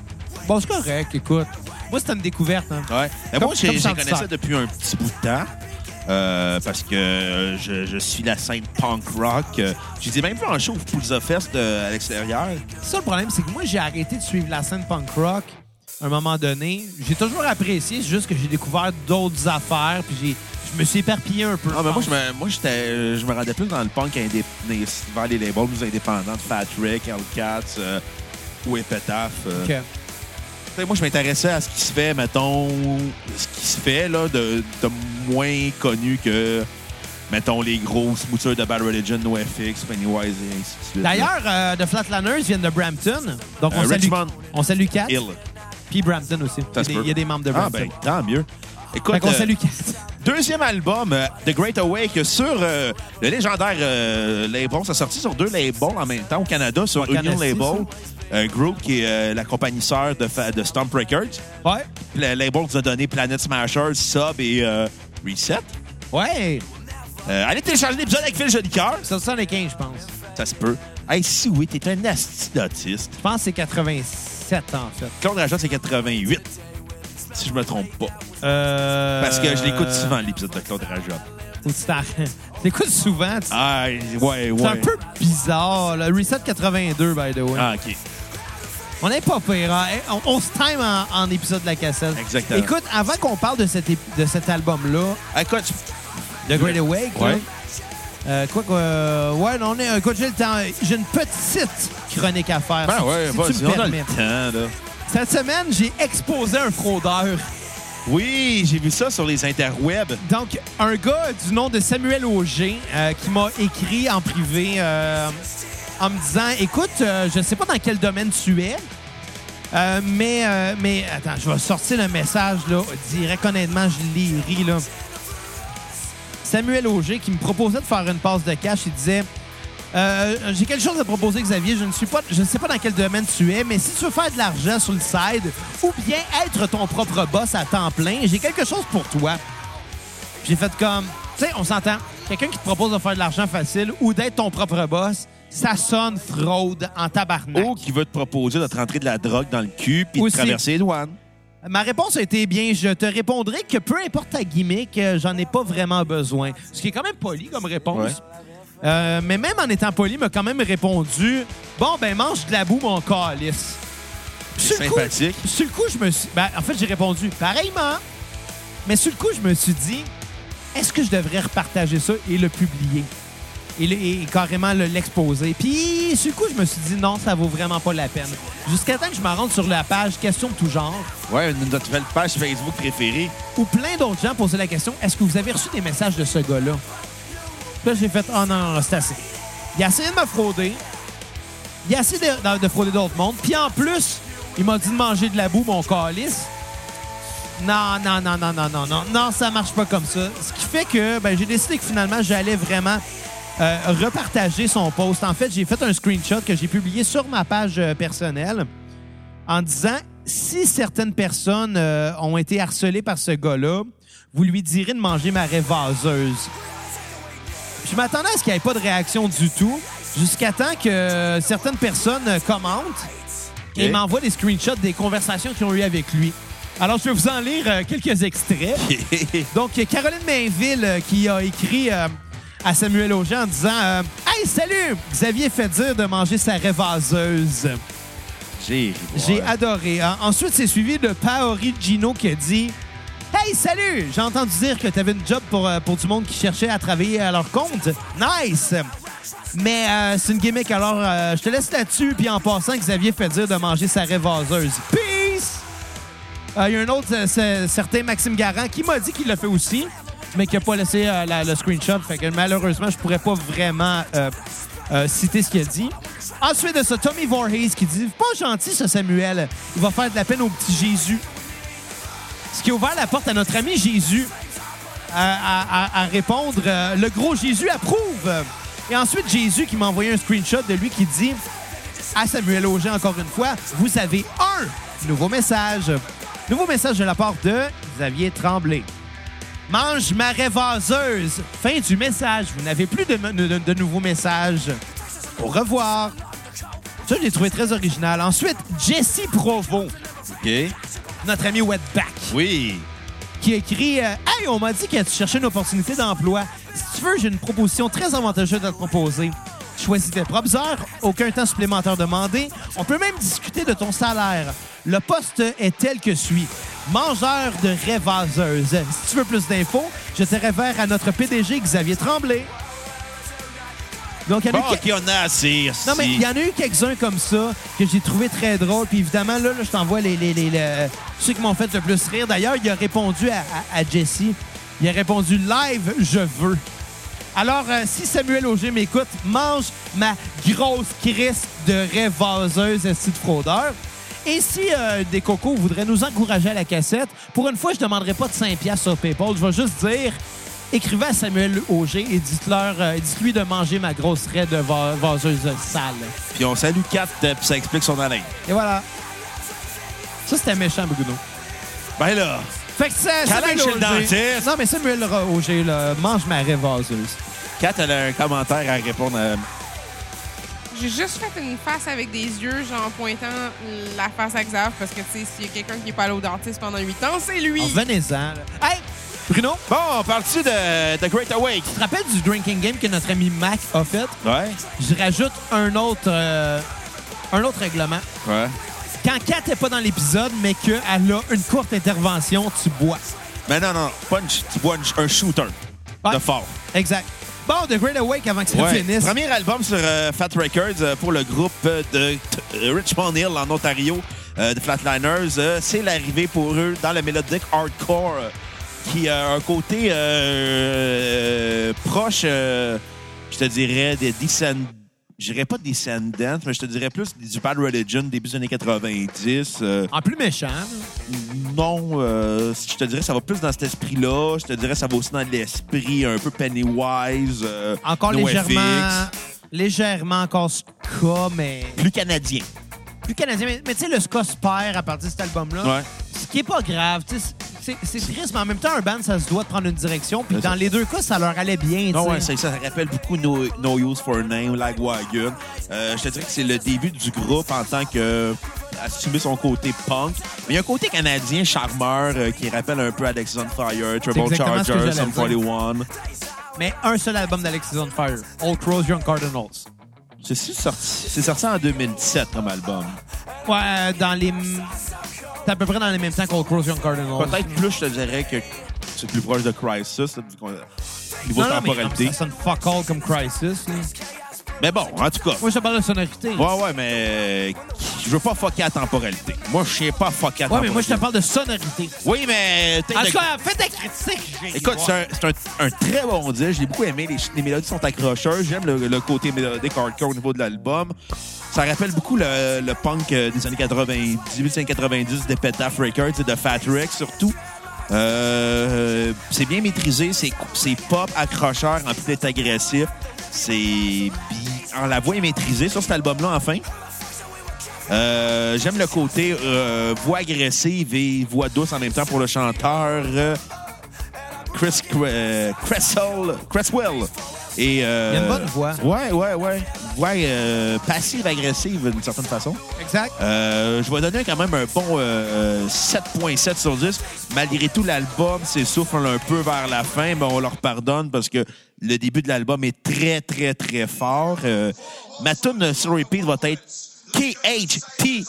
Speaker 3: Bon, c'est correct, écoute. Moi, c'était une découverte. hein.
Speaker 1: Ouais. Mais moi,
Speaker 3: Comme- comme
Speaker 1: j'ai- je
Speaker 3: Sandy
Speaker 1: les connaissais
Speaker 3: Stark.
Speaker 1: depuis un petit bout de temps. euh, parce que euh, je, je suis la scène punk rock. Euh, Je les ai même vu en show au Pulsa Fest euh, à l'extérieur.
Speaker 3: C'est ça le problème, c'est que moi, j'ai arrêté de suivre la scène punk rock à un moment donné. J'ai toujours apprécié, c'est juste que j'ai découvert d'autres affaires, puis j'ai, je me suis éparpillé un peu.
Speaker 1: Ah, mais moi, je me, moi j'étais, euh, je me rendais plus dans le punk indé- les- vers les labels plus indépendants de Fat Rick, Hellcats euh, ou Epitaph. euh.
Speaker 3: Ok.
Speaker 1: Tu sais, Moi, je m'intéressais à ce qui se fait, mettons, ce qui se fait là, de, de moins connu que, mettons, les grosses moutures de Bad Religion, NoFX, Pennywise et ainsi de suite.
Speaker 3: D'ailleurs, euh, The Flatliners viennent de Brampton. Donc, on,
Speaker 1: Euh,
Speaker 3: salue,
Speaker 1: Richmond.
Speaker 3: on salue Kat.
Speaker 1: Hill.
Speaker 3: Puis Brampton aussi. Il y,
Speaker 1: Ça
Speaker 3: a
Speaker 1: se
Speaker 3: des,
Speaker 1: peut.
Speaker 3: il y a des membres de
Speaker 1: Ah,
Speaker 3: Brampton.
Speaker 1: ben, tant mieux.
Speaker 3: Fait
Speaker 1: Écoute,
Speaker 3: qu'on
Speaker 1: euh,
Speaker 3: salue Kat.
Speaker 1: deuxième album, euh, The Great Awake, sur euh, le légendaire euh, label. Ça a sorti sur deux labels en même temps au Canada, sur
Speaker 3: Ouais,
Speaker 1: Union
Speaker 3: Canastie,
Speaker 1: Label, un group qui est euh, la compagnie sœur de, fa- de Stomp Records.
Speaker 3: Ouais.
Speaker 1: Le label nous a donné Planet Smashers, Sub et euh, Reset.
Speaker 3: Ouais.
Speaker 1: Euh, allez télécharger l'épisode avec Phil Jolicoeur.
Speaker 3: C'est 75, je pense.
Speaker 1: Ça se peut. Hey, si oui, t'es un asti d'autiste.
Speaker 3: Je pense que c'est 87, en fait.
Speaker 1: Claude Rajot, c'est 88. Si je me trompe pas.
Speaker 3: Euh...
Speaker 1: Parce que je l'écoute souvent, l'épisode de Claude Rajot.
Speaker 3: Ou tu t'en- tu l'écoutes souvent. tu-
Speaker 1: Ah, ouais, ouais.
Speaker 3: C'est un peu bizarre. Le Reset 82, by the way.
Speaker 1: Ah, OK.
Speaker 3: On n'est pas pire. hein. Eh, On, on se time en, en épisode de la cassette.
Speaker 1: Exactement.
Speaker 3: Écoute, avant qu'on parle de cet, ép- de cet album-là,
Speaker 1: Ah, Écoute,
Speaker 3: The Great Awake,
Speaker 1: Ouais.
Speaker 3: là, euh, quoi que... euh, ouais, non, on est, écoute, j'ai le temps. J'ai une petite chronique à faire.
Speaker 1: ben
Speaker 3: si-
Speaker 1: ouais,
Speaker 3: si
Speaker 1: vas-y,
Speaker 3: tu me
Speaker 1: on a
Speaker 3: permets.
Speaker 1: le temps, là.
Speaker 3: Cette semaine, j'ai exposé un fraudeur.
Speaker 1: Oui, j'ai vu ça sur les interwebs.
Speaker 3: Donc, un gars du nom de Samuel Auger euh, qui m'a écrit en privé euh, en me disant Écoute, euh, je ne sais pas dans quel domaine tu es, euh, mais, euh, mais attends, je vais sortir le message là, direct. Honnêtement, je l'ai ri. Là. Samuel Auger qui me proposait de faire une passe de cash, il disait Euh, J'ai quelque chose à te proposer, Xavier. Je ne suis pas, je ne sais pas dans quel domaine tu es, mais si tu veux faire de l'argent sur le side ou bien être ton propre boss à temps plein, j'ai quelque chose pour toi. J'ai fait comme, tu sais, on s'entend. Quelqu'un qui te propose de faire de l'argent facile ou d'être ton propre boss, ça sonne fraude en tabarnak.
Speaker 1: Ou qui veut te proposer de te rentrer de la drogue dans le cul puis de
Speaker 3: Aussi.
Speaker 1: traverser les douanes.
Speaker 3: Ma réponse a été bien. Je te répondrai que peu importe ta gimmick, euh, j'en ai pas vraiment besoin. Ce qui est quand même poli comme réponse. Euh, mais même en étant poli, il m'a quand même répondu Bon, ben, mange de la boue, mon calice. Sur le coup-
Speaker 1: sympathique.
Speaker 3: sur le coup, je me suis. ben, en fait, j'ai répondu pareillement. Mais sur le coup, je me suis dit Est-ce que je devrais repartager ça et le publier et, le- et carrément le- l'exposer. Puis, sur le coup, je me suis dit non, ça vaut vraiment pas la peine. Jusqu'à temps que je me rende sur la page Question de tout genre,
Speaker 1: Ouais, une de notre nouvelle page Facebook préférée.
Speaker 3: où plein d'autres gens posaient la question est-ce que vous avez reçu des messages de ce gars-là Puis Là, j'ai fait oh non, non, non, c'est assez. Il a essayé de me frauder. Il a essayé de, de- de frauder d'autres mondes. Puis en plus, il m'a dit de manger de la boue, mon calice. Non, non, non, non, non, non, non, non, ça marche pas comme ça. Ce qui fait que ben, j'ai décidé que finalement, j'allais vraiment euh, repartager son post. En fait, j'ai fait un screenshot que j'ai publié sur ma page euh, personnelle en disant si certaines personnes euh, ont été harcelées par ce gars-là, vous lui direz de manger ma raie vaseuse. Je m'attendais à ce qu'il n'y ait pas de réaction du tout, jusqu'à temps que euh, certaines personnes euh, commentent et
Speaker 1: Ok.
Speaker 3: m'envoient des screenshots des conversations qu'ils ont eues avec lui. Alors, je vais vous en lire euh, quelques extraits. Donc, il y a Caroline Mainville euh, qui a écrit euh, à Samuel Auger en disant euh, Hey, salut! Xavier fait dire de manger sa raie vaseuse.
Speaker 1: J'ai ri,
Speaker 3: J'ai hein.
Speaker 1: ouais.
Speaker 3: adoré. En- Ensuite, c'est suivi de Paori Gino qui a dit Hey, salut! J'ai entendu dire que t'avais une job pour, euh, pour du monde qui cherchait à travailler à leur compte. Nice! Mais euh, c'est une gimmick, alors euh, je te laisse là-dessus. Puis en passant, Xavier fait dire de manger sa raie vaseuse. Peace! Euh, Il y a un autre, euh, c'est- certain Maxime Garant, qui m'a dit qu'il le fait aussi, mais qui n'a pas laissé euh, la- le screenshot. Fait que malheureusement, je pourrais pas vraiment euh, euh, citer ce qu'il a dit. Ensuite de ça, Tommy Voorhees qui dit Pas gentil, ce Samuel. Il va faire de la peine au petit Jésus. Ce qui a ouvert la porte à notre ami Jésus euh, à, à- à- à répondre euh, Le gros Jésus approuve. Et ensuite, Jésus qui m'a envoyé un screenshot de lui qui dit à Samuel Auger encore une fois, vous avez un nouveau message. Nouveau message de la part de Xavier Tremblay. Mange ma vaseuse. Fin du message. Vous n'avez plus de, de- de nouveaux messages. Au revoir. Ça, je l'ai trouvé très original. Ensuite, Jesse Provo,
Speaker 1: OK.
Speaker 3: notre ami Wetback,
Speaker 1: Oui.
Speaker 3: qui a écrit euh, Hey, on m'a dit que tu cherchais une opportunité d'emploi. Si tu veux, j'ai une proposition très avantageuse à te proposer. Choisis tes propres heures, aucun temps supplémentaire demandé. On peut même discuter de ton salaire. Le poste est tel que suit. Mangeur de rêvaseuse. Si tu veux plus d'infos, je te réfère à notre PDG Xavier Tremblay. Donc, il y en a
Speaker 1: Bon,
Speaker 3: eu que-
Speaker 1: OK, on a assez.
Speaker 3: non, mais il y en a eu quelques-uns comme ça que j'ai trouvé très drôle. Puis évidemment, là, là, je t'envoie les, les, les- le- ceux qui m'ont fait le plus rire. D'ailleurs, il a répondu à, à- à Jesse. Il a répondu live, je veux. Alors, euh, si Samuel Auger m'écoute, mange ma grosse crise de rêve vaseuse esti de fraudeur. Et si euh, des cocos voudraient nous encourager à la cassette, pour une fois, je ne demanderai pas de 5 piastres sur PayPal. Je vais juste dire, écrivez à Samuel Auger et dites-leur, euh, dites-lui de manger ma grosse raie de va- vaseuse sale.
Speaker 1: Puis on salue Kat, euh, puis ça explique son haleine.
Speaker 3: Et voilà. Ça, c'était méchant, Bruno.
Speaker 1: Ben là,
Speaker 3: Fait que ça,
Speaker 1: Calage chez le
Speaker 3: Auger-
Speaker 1: dentiste.
Speaker 3: Non, mais Samuel Auger, là, mange ma raie vaseuse.
Speaker 1: Kat, elle a un commentaire à répondre euh, à...
Speaker 4: J'ai juste fait une face avec des yeux, genre pointant la face à Xav, parce que, tu sais, s'il y a quelqu'un qui est pas allé au dentiste pendant 8 ans, c'est lui.
Speaker 3: Revenez-en. là. Hey, Bruno,
Speaker 1: Bon, on parle-tu de The Great Awake?
Speaker 3: Tu te rappelles du drinking game que notre ami Mac a fait?
Speaker 1: Ouais.
Speaker 3: Je rajoute un autre, euh, un autre règlement.
Speaker 1: Ouais.
Speaker 3: Quand Kat n'est pas dans l'épisode, mais qu'elle a une courte intervention, tu bois.
Speaker 1: Mais Ben non, non, punch, tu bois un- un shooter
Speaker 3: Ouais.
Speaker 1: de fort.
Speaker 3: Exact. Bon, The Great Awake avant que ça
Speaker 1: Ouais.
Speaker 3: finisse.
Speaker 1: Premier album sur euh, Fat Records euh, pour le groupe euh, de T- euh, Richmond Hill en Ontario euh, de Flatliners. Euh, c'est l'arrivée pour eux dans le mélodique hardcore euh, qui a un côté euh, euh, proche, euh, je te dirais, des Descendants. Je dirais pas Descendants, mais je te dirais plus du Bad Religion début des années 90. euh,
Speaker 3: En plus méchant. là.
Speaker 1: non, euh, je te dirais ça va plus dans cet esprit-là. Je te dirais ça va aussi dans l'esprit un peu Pennywise. euh,
Speaker 3: Encore
Speaker 1: NoFX.
Speaker 3: légèrement. Légèrement encore ska, mais.
Speaker 1: Plus canadien.
Speaker 3: Plus canadien. Mais, mais tu sais, le ska se perd à partir de cet album-là.
Speaker 1: Ouais.
Speaker 3: Ce qui est pas grave. tu sais, c'est- C'est c'est triste, mais en même temps, un band, ça se doit de prendre une direction. Puis
Speaker 1: C'est ça.
Speaker 3: dans les deux cas, ça leur allait bien. tu
Speaker 1: Non,
Speaker 3: sais.
Speaker 1: ouais, ça, ça rappelle beaucoup no, No Use for a Name, Lagwagon. Euh, je te dirais que c'est le début du groupe en tant que assumer son côté punk. Mais il y a un côté canadien charmeur euh, qui rappelle un peu Alex on Fire, Trouble
Speaker 3: exactement ce que
Speaker 1: Charger,
Speaker 3: j'allais
Speaker 1: Some
Speaker 3: dire.
Speaker 1: 41.
Speaker 3: mais un seul album d'Alexis on Fire, Old Crows, Young Cardinals.
Speaker 1: C'est sorti, c'est sorti en 2017 comme album.
Speaker 3: Ouais, euh, dans les. C'est à peu près dans les mêmes temps qu'Old Crows Young Cardinals.
Speaker 1: Peut-être plus, je te dirais que c'est plus proche de Crisis, là, vu qu'on- niveau
Speaker 3: Non, non, mais
Speaker 1: temporalité.
Speaker 3: ça sonne fuck all comme Crisis. là.
Speaker 1: Mais bon, en tout cas.
Speaker 3: Moi, je te parle de sonorité. Ouais,
Speaker 1: Ouais, ouais, mais je veux pas fucker la temporalité. Moi, je sais pas fucker la
Speaker 3: mais
Speaker 1: temporalité.
Speaker 3: moi, je te parle de sonorité.
Speaker 1: Oui, mais...
Speaker 3: En tout cas, fais ta critique. j'ai-
Speaker 1: Écoute, c'est un, c'est un- un très bon disque. J'ai beaucoup aimé. Les, les mélodies sont accrocheuses. J'aime le, le côté mélodique hardcore au niveau de l'album. Ça rappelle beaucoup le, le punk euh, des années 90, 1890 des Petaf Records et de Fat Rex surtout. Euh, c'est bien maîtrisé. C'est c'est pop, accrocheur, en plus d'être agressif. C'est... bi- En la voix est maîtrisée sur cet album-là, enfin. Euh, j'aime le côté euh, voix agressive et voix douce en même temps pour le chanteur euh, Chris Cre- euh, Cresswell. Cresswell. Et, euh,
Speaker 3: Il a une bonne voix.
Speaker 1: Ouais, ouais, ouais. Voix euh, passive-agressive d'une certaine façon.
Speaker 3: Exact.
Speaker 1: Euh, je vais donner quand même un bon euh, euh, 7.7 sur 10. Malgré tout, l'album s'essouffle un peu vers la fin, mais on leur pardonne parce que le début de l'album est très, très, très fort. Euh, ma tune sur repeat va être KHTDR,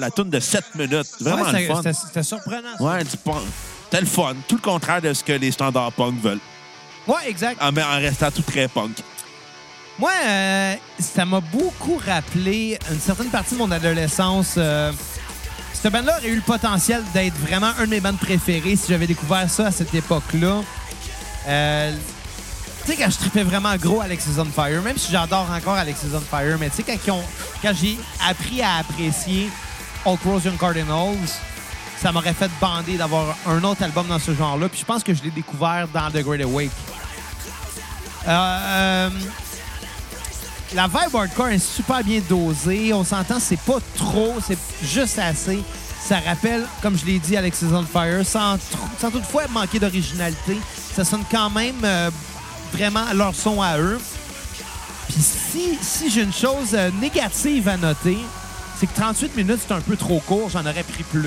Speaker 1: la tune de 7 minutes. Vraiment
Speaker 3: Ouais,
Speaker 1: le
Speaker 3: c'était-
Speaker 1: fun.
Speaker 3: c'était- C'était surprenant. ça.
Speaker 1: Ouais, du punk. C'était le fun. Tout le contraire de ce que les standards punk veulent.
Speaker 3: Ouais, exact.
Speaker 1: En, mais en restant tout très punk.
Speaker 3: Moi, euh, ça m'a beaucoup rappelé une certaine partie de mon adolescence. euh, cette bande-là aurait eu le potentiel d'être vraiment un de mes bandes préférées si j'avais découvert ça à cette époque-là. Euh, tu sais, quand je tripais vraiment gros Alexis on Fire, même si j'adore encore Alexis on Fire, mais tu sais, quand, ils ont- quand j'ai appris à apprécier Old Rose Young Cardinals, ça m'aurait fait bander d'avoir un autre album dans ce genre-là. Puis je pense que je l'ai découvert dans The Great Awake. Euh, euh, la vibe hardcore est super bien dosée. On s'entend, c'est pas trop, c'est juste assez. Ça rappelle, comme je l'ai dit, Alexis on Fire, sans, tr- sans toutefois manquer d'originalité. Ça sonne quand même euh, vraiment leur son à eux. Puis si, si j'ai une chose euh, négative à noter, c'est que 38 minutes, c'est un peu trop court. J'en aurais pris plus.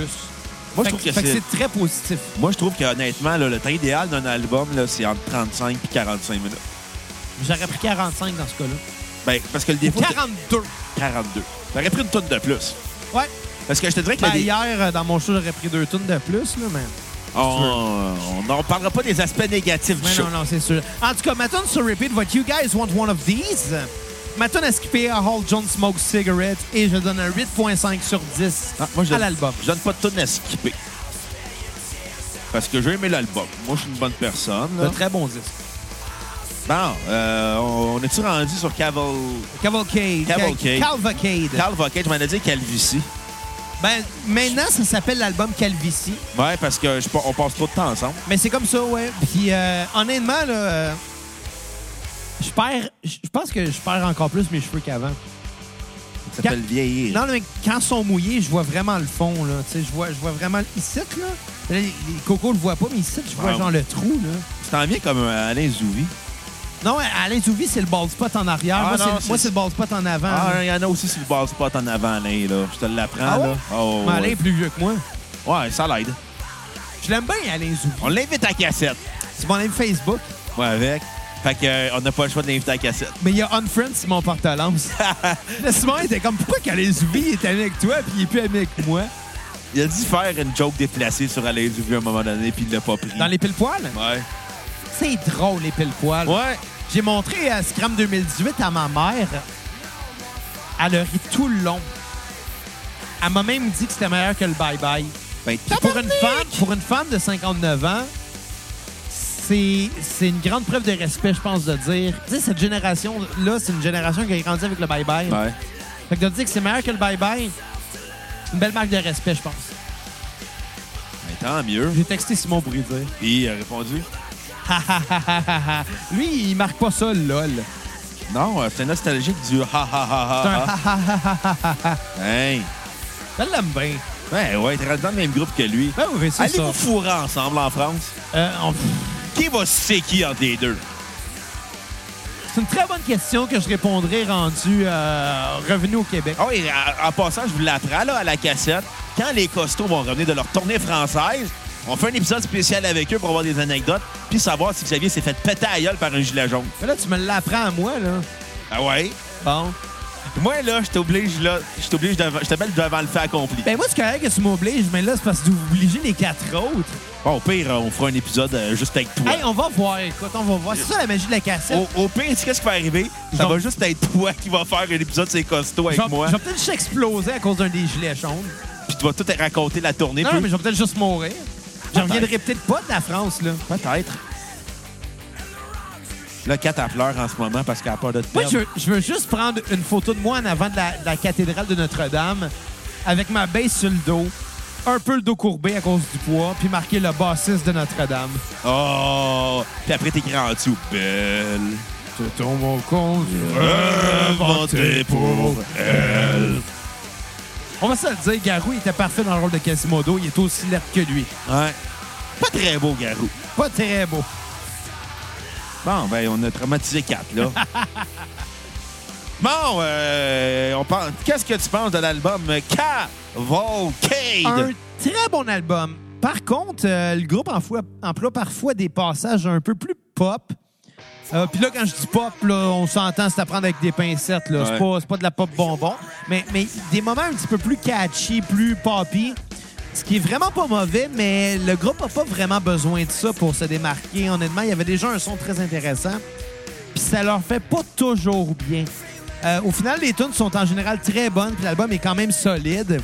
Speaker 1: Moi, je
Speaker 3: Fait
Speaker 1: trouve
Speaker 3: que-
Speaker 1: que
Speaker 3: fait que
Speaker 1: c'est-
Speaker 3: c'est très positif.
Speaker 1: Moi, je trouve qu'honnêtement, là, le temps idéal d'un album, là, c'est entre 35 et 45 minutes.
Speaker 3: J'aurais pris 45 dans ce cas-là.
Speaker 1: Ben, parce que le
Speaker 3: Ou
Speaker 1: défaut.
Speaker 3: 42.
Speaker 1: 42. J'aurais pris une tonne de plus.
Speaker 3: Ouais.
Speaker 1: Parce que je te dirais que. le
Speaker 3: Ben,
Speaker 1: dé-
Speaker 3: hier, euh, dans mon show, j'aurais pris deux tunes de plus, là, mais...
Speaker 1: on on n'en parlera pas des aspects négatifs du
Speaker 3: Mais
Speaker 1: show.
Speaker 3: non, non, c'est sûr. En tout cas, ma tune sur repeat va être You Guys Want One of These. Ma tune à skipper à Hall John Smoke Cigarette et je donne un 8.5 sur 10
Speaker 1: Ah, moi, je,
Speaker 3: à l'album.
Speaker 1: Je donne pas de tonne à skipper. Parce que j'ai aimé l'album. Moi, je suis une bonne personne.
Speaker 3: Un
Speaker 1: là.
Speaker 3: très bon disque.
Speaker 1: Bon, euh, on on est-tu rendu sur Caval...
Speaker 3: Cavalcade.
Speaker 1: Cavalcade.
Speaker 3: Calvacade.
Speaker 1: Carl Vocket, je m'en ai dit Calvici.
Speaker 3: Ben, maintenant, ça s'appelle l'album Calvici.
Speaker 1: Ouais, parce que je, pa- on passe trop de temps ensemble.
Speaker 3: Mais c'est comme ça, ouais. Puis euh, honnêtement, là, euh, je perds. Je je pense que je perds encore plus mes cheveux qu'avant.
Speaker 1: Ça s'appelle vieillir.
Speaker 3: Non, mais quand ils sont mouillés, je vois vraiment le fond, là. Tu sais, je vois, je vois vraiment ici, là. là. Les, les cocos le voient pas, mais ici, je vois
Speaker 1: Ah.
Speaker 3: genre le trou, là.
Speaker 1: Tu t'en viens comme un Alain Zouvi.
Speaker 3: Non, Alain Touvi, c'est le bald spot en arrière.
Speaker 1: Ah
Speaker 3: moi,
Speaker 1: non,
Speaker 3: c'est-
Speaker 1: c'est-
Speaker 3: moi, c'est le bald spot en avant.
Speaker 1: Ah,
Speaker 3: là.
Speaker 1: il y en a aussi sur le bar spot en avant, Alain, là. Je te l'apprends,
Speaker 3: Ah ouais?
Speaker 1: là. Oh,
Speaker 3: Mais Alain
Speaker 1: ouais.
Speaker 3: est plus vieux que moi.
Speaker 1: ouais, ça l'aide.
Speaker 3: Je l'aime bien, Alain Zouvi.
Speaker 1: On l'invite à cassette.
Speaker 3: C'est mon ami Facebook,
Speaker 1: Ouais, avec. Fait que, euh, on n'a pas le choix de l'inviter à cassette.
Speaker 3: mais il y a Unfriend Simon Portalance. Le Simon était comme, pourquoi qu'Alain Zouvi est ami avec toi puis il est plus ami avec moi?
Speaker 1: Il a dû faire une joke déplacée sur Alain Zouvi à un moment donné, puis il l'a pas pris.
Speaker 3: Dans les pile poils?
Speaker 1: Mm. Ouais.
Speaker 3: C'est drôle, les pile poils.
Speaker 1: Ouais.
Speaker 3: J'ai montré euh, à Scram 2018 à ma mère. Elle a ri tout le long. Elle m'a même dit que c'était meilleur que le bye-bye.
Speaker 1: Ben,
Speaker 3: Puis pour une femme, pour une femme de 59 ans, c'est c'est une grande preuve de respect, je pense, de dire. Tu sais, cette génération-là, c'est une génération qui a grandi avec le bye-bye.
Speaker 1: Ouais.
Speaker 3: Fait que de dire que c'est meilleur que le bye-bye, c'est une belle marque de respect, je pense.
Speaker 1: Ben, tant mieux.
Speaker 3: J'ai texté Simon pour lui dire.
Speaker 1: Puis, il a répondu.
Speaker 3: lui, il marque pas ça, le lol.
Speaker 1: Non, euh, c'est nostalgique du ha ha ha
Speaker 3: C'est un Ben,
Speaker 1: ha. ha. Hey.
Speaker 3: Elle l'aime bien.
Speaker 1: Ouais, ouais, t'es rendu dans le même groupe que lui.
Speaker 3: Ben oui, c'est
Speaker 1: Allez
Speaker 3: ça.
Speaker 1: vous fourrer ensemble en France.
Speaker 3: Euh, on-
Speaker 1: Qui va se qui entre les deux?
Speaker 3: C'est une très bonne question que je répondrai rendu euh, revenu au Québec.
Speaker 1: Ah oui, en- en passant, je vous l'apprends là, à la cassette. Quand les costauds vont revenir de leur tournée française, on fait un épisode spécial avec eux pour avoir des anecdotes, puis savoir si Xavier s'est fait péter à la gueule par un gilet jaune.
Speaker 3: Mais là, tu me l'apprends à moi, là.
Speaker 1: Ah ouais?
Speaker 3: Bon.
Speaker 1: Moi, là, je t'oblige, là, je t'oblige, devant- je te mets devant le fait accompli.
Speaker 3: Ben moi, c'est correct que tu m'obliges, mais là, c'est parce que tu obliges les quatre autres.
Speaker 1: Bon, au pire, on fera un épisode euh, juste avec toi.
Speaker 3: Hey, on va voir, écoute, on va voir. C'est ça la magie de la cassette.
Speaker 1: Au, au pire, tu sais qu'est-ce qui va arriver? Ça
Speaker 3: Non.
Speaker 1: va juste être toi qui va faire un épisode sur les costauds
Speaker 3: je
Speaker 1: avec
Speaker 3: vais
Speaker 1: moi,
Speaker 3: je vais peut-être juste exploser à cause d'un des gilets jaunes.
Speaker 1: puis tu vas tout raconter la tournée.
Speaker 3: Non,
Speaker 1: puis-
Speaker 3: mais je vais peut-être juste mourir. Je
Speaker 1: Peut-être.
Speaker 3: reviendrai peut-être pas de la France, là.
Speaker 1: Peut-être. Là, Kat, elle pleure en ce moment parce qu'elle a peur de te
Speaker 3: Moi,
Speaker 1: perdre.
Speaker 3: je, je veux juste prendre une photo de moi en avant de la, de la cathédrale de Notre-Dame avec ma baisse sur le dos, un peu le dos courbé à cause du poids, puis marquer le bassiste de Notre-Dame.
Speaker 1: Oh! Puis après, t'écris en dessous. Belle.
Speaker 3: C'est ton mon compte.
Speaker 1: Inventée pour elle.
Speaker 3: On va se le dire, Garou, il était parfait dans le rôle de Quasimodo. Il est aussi laid que lui.
Speaker 1: Ouais. Pas très beau, Garou.
Speaker 3: Pas très beau.
Speaker 1: Bon, ben, on a traumatisé Kat, là. bon, euh, on pense... qu'est-ce que tu penses de l'album
Speaker 3: Un
Speaker 1: Cavalcade?
Speaker 3: très bon album. Par contre, euh, le groupe emploie, emploie parfois des passages un peu plus pop. Euh, Puis là, quand je dis pop, là, on s'entend, c'est à prendre avec des pincettes. là.
Speaker 1: Ouais.
Speaker 3: C'est pas, c'est pas de la pop bonbon. Mais, mais des moments un petit peu plus catchy, plus poppy. Ce qui est vraiment pas mauvais, mais le groupe a pas vraiment besoin de ça pour se démarquer. Honnêtement, il y avait déjà un son très intéressant. Puis ça leur fait pas toujours bien. Euh, au final, les tunes sont en général très bonnes, puis l'album est quand même solide.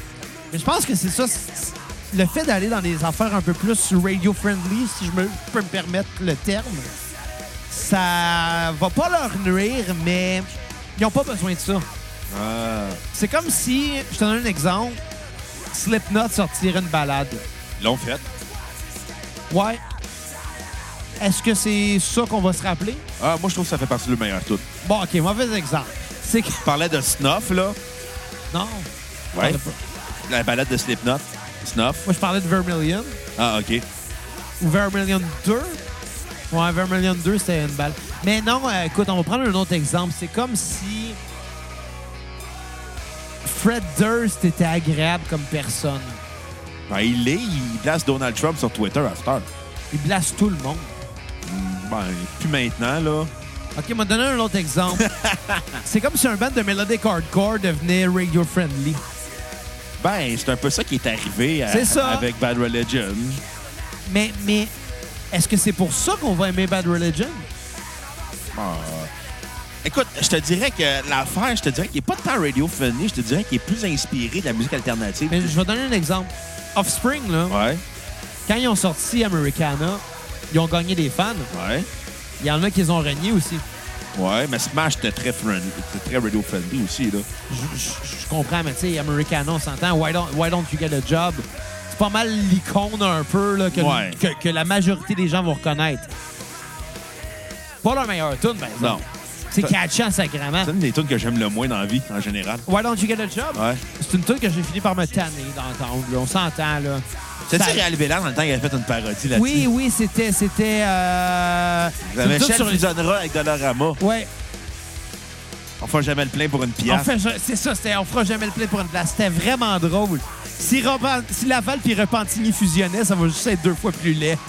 Speaker 3: Mais je pense que c'est ça. c'est- Le fait d'aller dans des affaires un peu plus radio-friendly, si je me, peux me permettre le terme, ça va pas leur nuire, mais ils ont pas besoin de ça.
Speaker 1: Ah.
Speaker 3: C'est comme si, je te donne un exemple, Slipknot sortirait une balade.
Speaker 1: Ils l'ont fait.
Speaker 3: Ouais. Est-ce que c'est ça qu'on va se rappeler?
Speaker 1: Ah, moi, je trouve que ça fait partie du meilleur tout.
Speaker 3: Bon, OK, mauvais exemple. C'est que...
Speaker 1: Je parlais de Snuff, là.
Speaker 3: Non.
Speaker 1: Ouais.
Speaker 3: Je parlais pas.
Speaker 1: La balade de Slipknot. Snuff.
Speaker 3: Moi, je parlais de Vermilion.
Speaker 1: Ah, OK.
Speaker 3: Ou Vermilion 2. Ouais, Vermilion 2, c'était une balle. Mais non, euh, écoute, on va prendre un autre exemple. C'est comme si... Fred Durst était agréable comme personne.
Speaker 1: Ben, il est. Il place Donald Trump sur Twitter after.
Speaker 3: Il blase tout le monde.
Speaker 1: Ben, plus maintenant, là.
Speaker 3: OK, on m'a donné un autre exemple. c'est comme si un band de melodic hardcore devenait radio-friendly.
Speaker 1: Ben, c'est un peu ça qui est arrivé à-
Speaker 3: C'est ça.
Speaker 1: avec Bad Religion.
Speaker 3: Mais, mais est-ce que c'est pour ça qu'on va aimer Bad Religion?
Speaker 1: Écoute, je te dirais que l'affaire, je te dirais qu'il n'est pas tant radio funny, je te dirais qu'il est plus inspiré de la musique alternative.
Speaker 3: Mais je vais donner un exemple. Offspring, là,
Speaker 1: Ouais,
Speaker 3: quand ils ont sorti Americana, ils ont gagné des fans.
Speaker 1: ouais,
Speaker 3: Il y en a qui les ont reniés aussi.
Speaker 1: ouais. Mais Smash était très, friendly, était très radio friendly aussi, là.
Speaker 3: Je, je- je comprends, mais tu sais, Americana, on s'entend. Why don't, why don't you get a job? C'est pas mal l'icône un peu là, que,
Speaker 1: Ouais.
Speaker 3: que- que la majorité des gens vont reconnaître. Pas leur meilleur tune, par exemple.
Speaker 1: Non.
Speaker 3: C'est catchant, sacrément.
Speaker 1: C'est une des tunes que j'aime le moins dans la vie, en général.
Speaker 3: Why don't you get a job?
Speaker 1: Ouais.
Speaker 3: C'est une tune que j'ai fini par me tanner d'entendre. là. On s'entend, là.
Speaker 1: C'est-tu
Speaker 3: Ça-
Speaker 1: Réal Bélan, dans le temps, il avait fait une parodie là-dessus?
Speaker 3: Oui, oui, c'était... C'était... Euh...
Speaker 1: La
Speaker 3: c'est une tune
Speaker 1: Michel
Speaker 3: sur-
Speaker 1: nous donnera avec Dollarama.
Speaker 3: Ouais.
Speaker 1: On fait jamais le plein pour une
Speaker 3: En
Speaker 1: pièce.
Speaker 3: fait, je- c'est ça, c'était On fera jamais le plein pour une place. C'était vraiment drôle. Si, Robin- si Laval puis Repentigny fusionnaient, ça va juste être deux fois plus laid.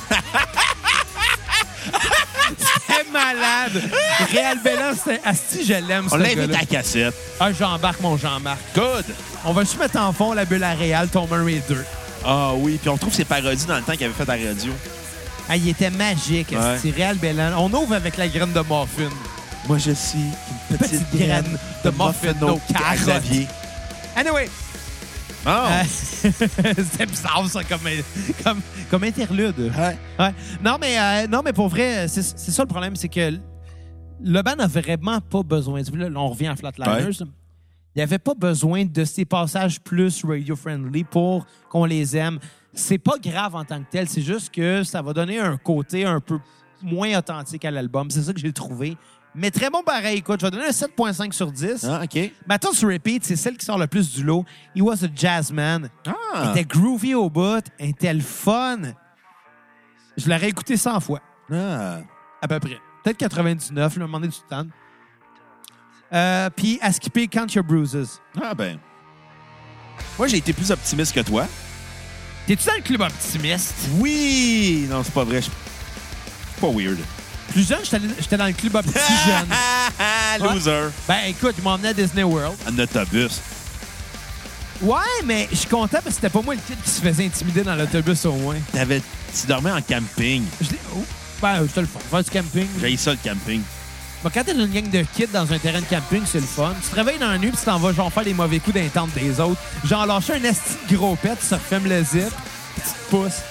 Speaker 3: c'était malade. Réal Bellan, c'était... Asti, je l'aime, ce
Speaker 1: On l'invite
Speaker 3: gars-là.
Speaker 1: à la cassette.
Speaker 3: Ah, j'embarque mon Jean-Marc.
Speaker 1: Good!
Speaker 3: On va juste mettre en fond la bulle à Réal, Tom Murray 2.
Speaker 1: Ah oui, puis on trouve ses parodies dans le temps qu'il avait fait à la radio.
Speaker 3: Ah, il était magique,
Speaker 1: Ouais.
Speaker 3: c'est Réal Bellan. On ouvre avec la graine de morphine.
Speaker 1: Moi, je suis une
Speaker 3: petite graine de muffin au carotte. Anyway,
Speaker 1: Ah!
Speaker 3: euh, c'était bizarre ça comme, comme, comme interlude. Ouais. Non, mais, euh, non, mais pour vrai, c'est c'est ça le problème, c'est que le band n'a vraiment pas besoin. Tu vois, Là, on revient à Flatliners. Il n'y avait pas besoin de ces passages plus radio-friendly pour qu'on les aime. C'est pas grave en tant que tel, c'est juste que ça va donner un côté un peu moins authentique à l'album. C'est ça que j'ai trouvé. Mais très bon pareil, écoute. Je vais donner un 7.5 sur 10.
Speaker 1: Ah, OK.
Speaker 3: Ma tune sur repeat, c'est celle qui sort le plus du lot. He was a jazz man.
Speaker 1: Ah!
Speaker 3: Elle était groovy au bout, elle était le fun. Je l'aurais écouté 100 fois,
Speaker 1: Ah.
Speaker 3: à peu près. Peut-être 99, là, à un moment donné, tu te tannes. Euh, Puis à skipper Count Your Bruises.
Speaker 1: Ah, ben. Moi, j'ai été plus optimiste que toi.
Speaker 3: T'es-tu dans le club optimiste?
Speaker 1: Oui! Non, c'est pas vrai. Je- C'est pas weird.
Speaker 3: Plus jeune, j'étais j'étais dans le club optimiste jeune.
Speaker 1: Loser.
Speaker 3: Ben écoute, ils m'ont emmené à Disney World.
Speaker 1: Un autobus.
Speaker 3: Ouais, mais je suis content parce que c'était pas moi le kid qui se faisait intimider dans l'autobus au moins.
Speaker 1: T'avais... Tu dormais en camping.
Speaker 3: Je l'ai- oh, ben, c'était le fun. Faire du camping.
Speaker 1: J'ai ça, le camping.
Speaker 3: Bon, quand t'es dans une gang de kids dans un terrain de camping, c'est le fun. Tu te réveilles dans la nuit puis tu t'en vas genre faire des mauvais coups dans les tentes des autres. Genre lâcher un esti de gros pet, tu te refermes le zip, puis tu te pousses.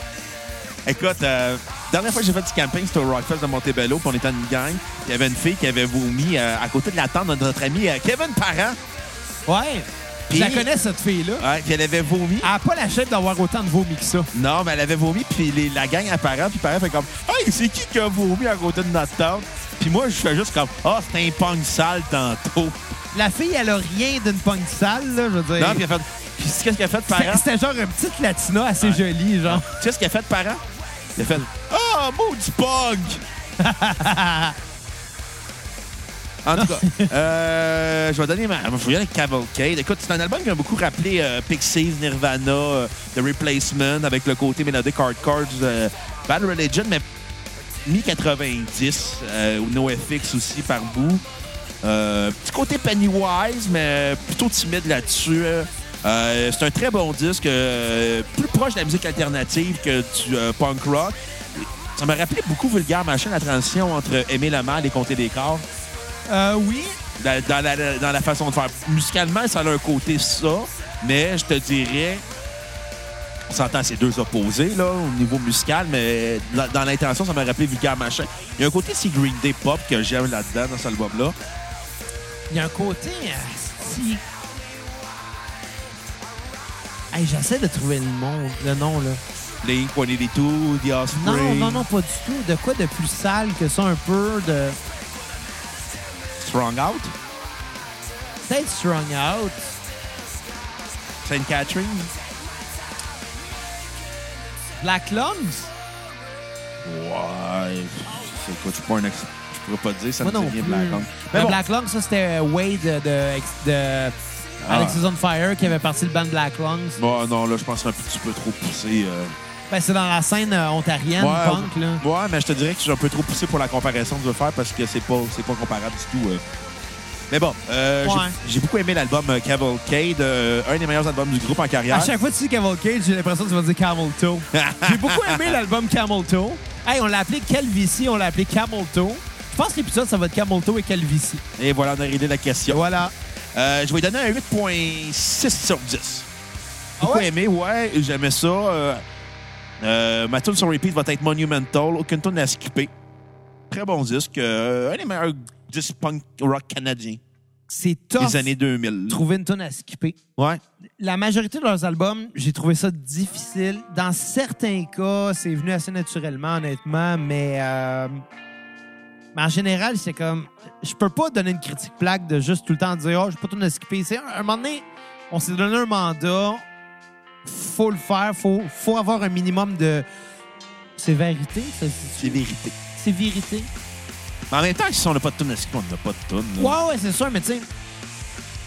Speaker 1: Écoute, euh, dernière fois que j'ai fait du camping, c'était au Rockfest de Montebello, puis on était une gang. Il y avait une fille qui avait vomi euh, à côté de la tente de notre ami euh, Kevin Parent.
Speaker 3: Ouais.
Speaker 1: Puis-
Speaker 3: Je la connais, cette fille-là.
Speaker 1: Ouais, puis elle avait vomi.
Speaker 3: Elle a pas la chef d'avoir autant de vomi que ça.
Speaker 1: Non, mais elle avait vomi, puis les- la gang apparent, puis parent fait comme Hey, c'est qui qui a vomi à côté de notre tente? Puis moi, je fais juste comme Ah, c'était un punk sale tantôt.
Speaker 3: La fille, elle a rien d'une punk sale, là, je veux dire.
Speaker 1: Non, puis elle a fait. Puis c'est qu'est-ce qu'elle a fait,
Speaker 3: C'était-
Speaker 1: parent?
Speaker 3: C'était genre une petite latina assez jolie, genre.
Speaker 1: Tu sais ce qu'elle a fait, parent? Elle a fait Ah, mot du punk! En tout cas, euh, je vais donner ma. Je vais y aller avec Cavalcade. Écoute, c'est un album qui m'a beaucoup rappelé euh, Pixies, Nirvana, euh, The Replacement, avec le côté mélodique hardcore du euh, Bad Religion, mais mi-90, euh, ou NoFX aussi par bout. Euh, petit côté Pennywise, mais plutôt timide là-dessus. euh. Euh, c'est un très bon disque, euh, plus proche de la musique alternative que du euh, punk rock. Ça m'a rappelé beaucoup Vulgaire Machin, la transition entre aimer le mal et compter des corps.
Speaker 3: Euh, oui.
Speaker 1: Dans, dans la, dans la façon de faire. Musicalement, ça a un côté ça, mais je te dirais, on s'entend, c'est deux opposés là, au niveau musical, mais dans, dans l'intention, ça m'a rappelé Vulgaire Machin. Il y a un côté, c'est Green Day Pop que j'aime là-dedans, dans cet album-là.
Speaker 3: Il y a un côté. euh, si- Hey, J'essaie de trouver le nom, le nom là.
Speaker 1: Blink 182, The Osprey.
Speaker 3: Non, non, non, pas du tout. De quoi de plus sale que ça, un peu de.
Speaker 1: Strong Out.
Speaker 3: Peut-être Strong Out.
Speaker 1: Saint Catherine.
Speaker 3: Black Lungs?
Speaker 1: Ouais. c'est- Écoute, je suis pas un ex... Je pourrais pas te dire, ça
Speaker 3: Moi
Speaker 1: me
Speaker 3: non
Speaker 1: dit rien
Speaker 3: plus.
Speaker 1: Black Lung. Mais
Speaker 3: Ben,
Speaker 1: bon,
Speaker 3: Black Lungs, ça, c'était Wade de, de, de Alex is on Fire qui avait parti le band Black Lungs.
Speaker 1: Ah. bon, non, là, je pense que c'est un petit peu trop poussé. euh.
Speaker 3: Ben, c'est dans la scène euh, ontarienne, punk, là.
Speaker 1: ouais, mais je te dirais que je suis un peu trop poussé pour la comparaison que je veux faire parce que c'est pas, c'est pas comparable du tout. euh. Mais bon, euh, j'ai-
Speaker 3: Ouais.
Speaker 1: j'ai beaucoup aimé l'album euh, Cavalcade, euh, un des meilleurs albums du groupe en carrière.
Speaker 3: À chaque fois que tu dis Cavalcade, j'ai l'impression que tu vas dire Camel Toe. j'ai beaucoup aimé l'album Camel Toe. Hey, on l'a appelé Calvici, on l'a appelé Camel Toe. Je pense que l'épisode, ça va être Camel Toe et Calvici.
Speaker 1: Et voilà, on a réglé la
Speaker 3: Et
Speaker 1: question.
Speaker 3: voilà.
Speaker 1: Euh, je vais donner un 8.6 sur 10.
Speaker 3: Ah
Speaker 1: Beaucoup
Speaker 3: ouais?
Speaker 1: aimé, ouais, j'aimais ça. Euh, euh, ma tune sur repeat va être Monumental, aucune tune à skipper. Très bon disque, euh, un des meilleurs disques punk rock canadiens
Speaker 3: C'est top.
Speaker 1: des années 2000.
Speaker 3: Trouver une tonne à skipper.
Speaker 1: Ouais.
Speaker 3: la majorité de leurs albums, j'ai trouvé ça difficile. Dans certains cas, c'est venu assez naturellement, honnêtement, mais, euh, mais en général, c'est comme. Je peux pas donner une critique plaque de juste tout le temps dire Oh, je peux pas tout le skipper. C'est un, un moment donné, on s'est donné un mandat. Faut le faire. Faut, faut avoir un minimum de sévérité. ça se
Speaker 1: C'est
Speaker 3: dit-
Speaker 1: vérité.
Speaker 3: Sévérité.
Speaker 1: Mais en même temps, si on n'a pas de tune à skipper, on n'a pas de tune. là.
Speaker 3: Ouais, ouais, c'est sûr, mais tu sais.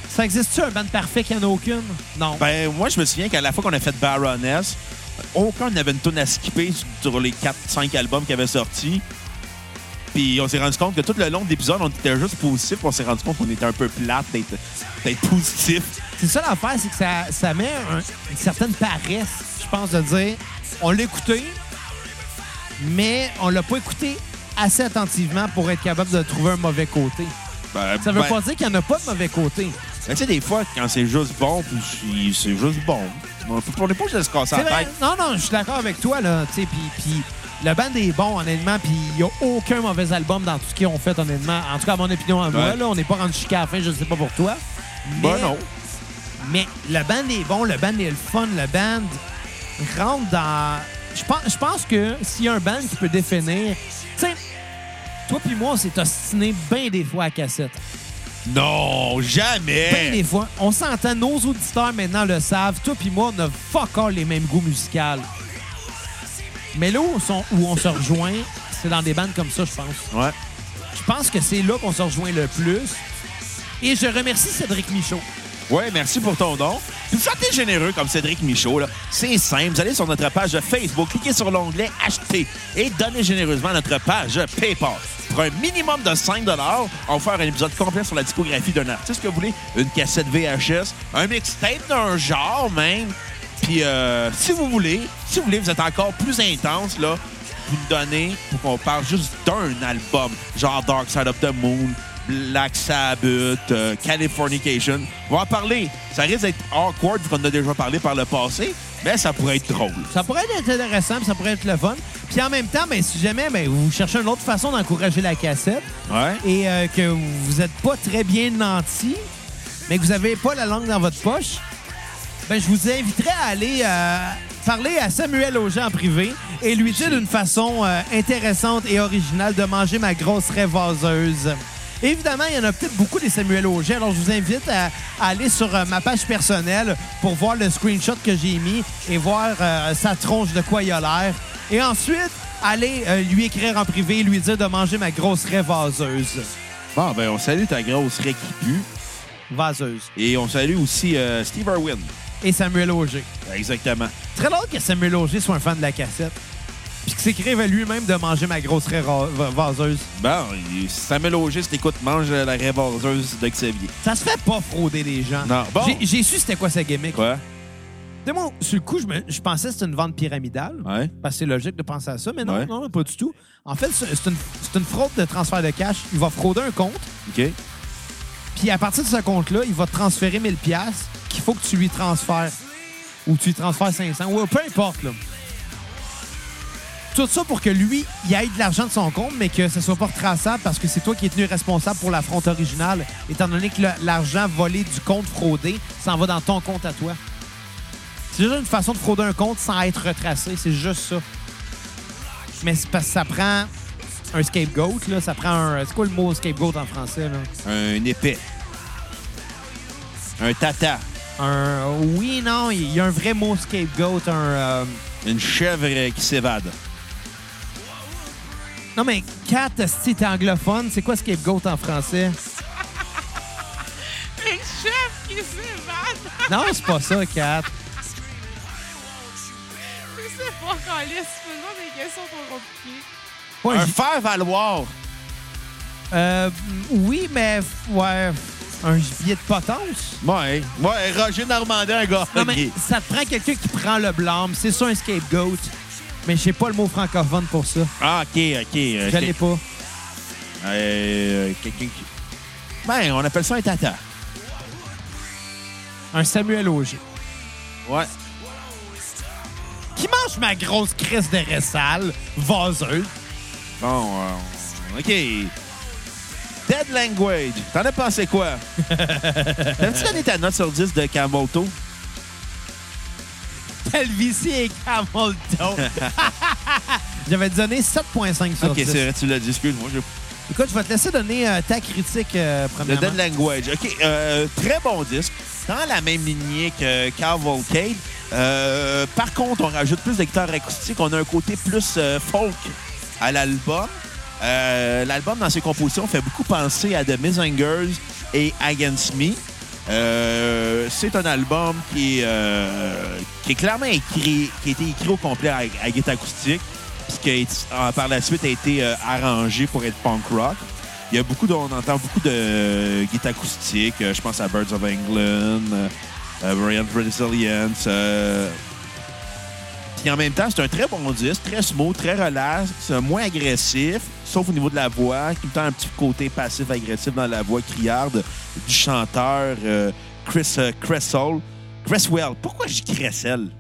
Speaker 3: Ça existe-tu un band parfait qu'il n'y en a aucune? Non.
Speaker 1: Ben, moi, je me souviens qu'à la fois qu'on a fait Baroness, aucun n'avait une tune à skipper sur les 4-5 albums qui avaient sorti. Puis on s'est rendu compte que tout le long de l'épisode, on était juste positif. On s'est rendu compte qu'on était un peu plate d'être d'être positif.
Speaker 3: C'est ça l'affaire, c'est que ça, ça met un- une certaine paresse, je pense, de dire on l'a écouté, mais on l'a pas écouté assez attentivement pour être capable de trouver un mauvais côté.
Speaker 1: Ben,
Speaker 3: Ça veut
Speaker 1: ben,
Speaker 3: pas dire qu'il n'y en a pas de mauvais côté.
Speaker 1: ben, tu sais, des fois, quand c'est juste bon, puis c'est- c'est juste bon. On peut- on n'est pas juste à se casser
Speaker 3: C'est
Speaker 1: la
Speaker 3: vrai.
Speaker 1: tête.
Speaker 3: Non, non, je suis d'accord avec toi, là. tu sais, Puis, puis le band est bon, honnêtement, puis il n'y a aucun mauvais album dans tout ce qu'ils ont fait, honnêtement. En tout cas, à mon opinion, à moi,
Speaker 1: Ouais.
Speaker 3: là, on n'est pas rendu jusqu'à la fin, je sais pas pour toi.
Speaker 1: Ben
Speaker 3: Mais-
Speaker 1: non.
Speaker 3: Mais le band est bon, le band est le fun, le band rentre dans. Je pense, je pense que s'il y a un band qui peut définir. Tu sais, toi puis moi, on s'est ostinés bien des fois à cassette.
Speaker 1: Non,
Speaker 3: Bien des
Speaker 1: jamais.
Speaker 3: fois. On s'entend, nos auditeurs maintenant le savent. Toi puis moi, on a fuck all les mêmes goûts musicaux. Mais là où on, s'en- où on se rejoint, c'est dans des bandes comme ça, je pense.
Speaker 1: Ouais.
Speaker 3: Je pense que c'est là qu'on se rejoint le plus. Et je remercie Cédric Michaud.
Speaker 1: Ouais, merci pour ton don. Puis vous sentez généreux comme Cédric Michaud, là. C'est simple. Vous allez sur notre page Facebook, cliquez sur l'onglet Acheter et donnez généreusement à notre page PayPal. Pour un minimum de 5 on va faire un épisode complet sur la discographie d'un artiste que vous voulez, une cassette VHS, un mixtape d'un genre même. Puis euh, si vous voulez, si vous voulez, vous êtes encore plus intense, là, vous nous donnez pour qu'on parle juste d'un album, genre Dark Side of the Moon, Black Sabbath, euh, Californication. On va en parler. Ça risque d'être awkward vu qu'on en a déjà parlé par le passé, mais ça pourrait être drôle.
Speaker 3: Ça pourrait être intéressant, puis ça pourrait être le fun. Puis en même temps, ben, si jamais ben, vous cherchez une autre façon d'encourager la cassette
Speaker 1: Ouais.
Speaker 3: et euh, que vous n'êtes pas très bien nanti, mais que vous n'avez pas la langue dans votre poche, ben, je vous inviterai à aller euh, parler à Samuel Auger en privé et lui dire d'une façon euh, intéressante et originale de manger ma grosse rêvaseuse. Évidemment, il y en a peut-être beaucoup des Samuel Auger, alors je vous invite à, à aller sur euh, ma page personnelle pour voir le screenshot que j'ai mis et voir euh, sa tronche de quoi il a l'air. Et ensuite, aller euh, lui écrire en privé et lui dire de manger ma grosse rêvaseuse.
Speaker 1: Bon, ben, on salue ta grosse raie qui pue.
Speaker 3: Vaseuse.
Speaker 1: Et on salue aussi euh, Steve Irwin.
Speaker 3: Et Samuel Auger.
Speaker 1: Exactement.
Speaker 3: Très drôle que Samuel Auger soit un fan de la cassette. puis qui s'écrive à lui-même de manger ma grosse raie ra- va- vaseuse.
Speaker 1: Bon, il- Samuel Augiste, écoute, mange la révaseuse de Xavier.
Speaker 3: Ça se fait pas frauder les gens.
Speaker 1: Non. Bon.
Speaker 3: J'ai- J'ai su c'était quoi sa gimmick.
Speaker 1: Quoi?
Speaker 3: De moi, sur le coup, je, me- je pensais que c'était une vente pyramidale.
Speaker 1: Ouais.
Speaker 3: Parce que c'est logique de penser à ça, mais non,
Speaker 1: Ouais.
Speaker 3: non, pas du tout. En fait, c'est c'est une, c'est une fraude de transfert de cash. Il va frauder un compte,
Speaker 1: OK.
Speaker 3: puis à partir de ce compte-là, il va te transférer 1000 pièces qu'il faut que tu lui transfères. Ou tu lui transfères 500, ou peu importe. Là. Tout ça pour que lui, il aille de l'argent de son compte, mais que ce soit pas retraçable parce que c'est toi qui es tenu responsable pour l'affront originale, étant donné que le- l'argent volé du compte fraudé s'en va dans ton compte à toi. C'est juste une façon de frauder un compte sans être retracé, c'est juste ça. Mais c'est parce que ça prend un scapegoat, là. Ça prend un. C'est quoi le mot scapegoat en français, là?
Speaker 1: Un épais. Un tata.
Speaker 3: Un. Oui, non, il y a un vrai mot scapegoat, un. euh,
Speaker 1: Une chèvre euh, qui s'évade.
Speaker 3: Non, mais Kat, si t'es anglophone, c'est quoi scapegoat en français?
Speaker 4: Une chef qui s'évade.
Speaker 3: Non, c'est pas ça, Kat.
Speaker 4: Je sais pas, Calis. Fais-moi des questions trop compliquées.
Speaker 3: Ouais,
Speaker 1: Un
Speaker 3: j-
Speaker 1: faire-valoir.
Speaker 3: euh, oui, mais. f- Ouais. Un gibier de potence?
Speaker 1: Ouais. Ouais, Roger Normandin, un gars.
Speaker 3: Non, mais ça te prend quelqu'un qui prend le blâme. C'est ça, un scapegoat. Mais j'ai pas le mot francophone pour ça.
Speaker 1: Ah, OK, OK. euh,
Speaker 3: Je l'ai pas.
Speaker 1: euh, Quelqu'un qui... Ben, on appelle ça un tata.
Speaker 3: Un Samuel Auger.
Speaker 1: Ouais.
Speaker 3: Qui mange ma grosse crise de ressale, vaseuse.
Speaker 1: Bon, euh, OK. Dead Language. T'en as pensé quoi? T'as-tu donné ta note sur 10 de Camoto?
Speaker 3: Calvici et Camolto. J'avais donné 7,5 sur
Speaker 1: OK,
Speaker 3: 10.
Speaker 1: c'est vrai, tu l'as dit. Excuse-moi, j'ai
Speaker 3: Écoute, je vais te laisser donner euh, ta critique, euh,
Speaker 1: Le
Speaker 3: premièrement.
Speaker 1: Dead Language. OK, euh, très bon disque. Dans la même lignée que Cavalcade. Euh, par contre, on rajoute plus de guitares acoustiques. On a un côté plus euh, folk à l'album. Euh, l'album, dans ses compositions, fait beaucoup penser à The Missingers et Against Me. Euh, c'est un album qui est, euh, qui est clairement écrit, qui a été écrit au complet à, à guitare acoustique, puis qui a été- euh, par la suite a été euh, arrangé pour être punk rock. Il y a beaucoup de- on entend beaucoup de euh, guitare acoustique. Euh, je pense à Birds of England, euh, euh, Brilliant Resilience. euh. Puis en même temps, c'est un très bon disque, très smooth, très relax, euh, moins agressif, sauf au niveau de la voix, tout le temps un petit côté passif-agressif dans la voix criarde du chanteur euh, Chris euh, Cresswell. Cresswell. Pourquoi je dis Cressel?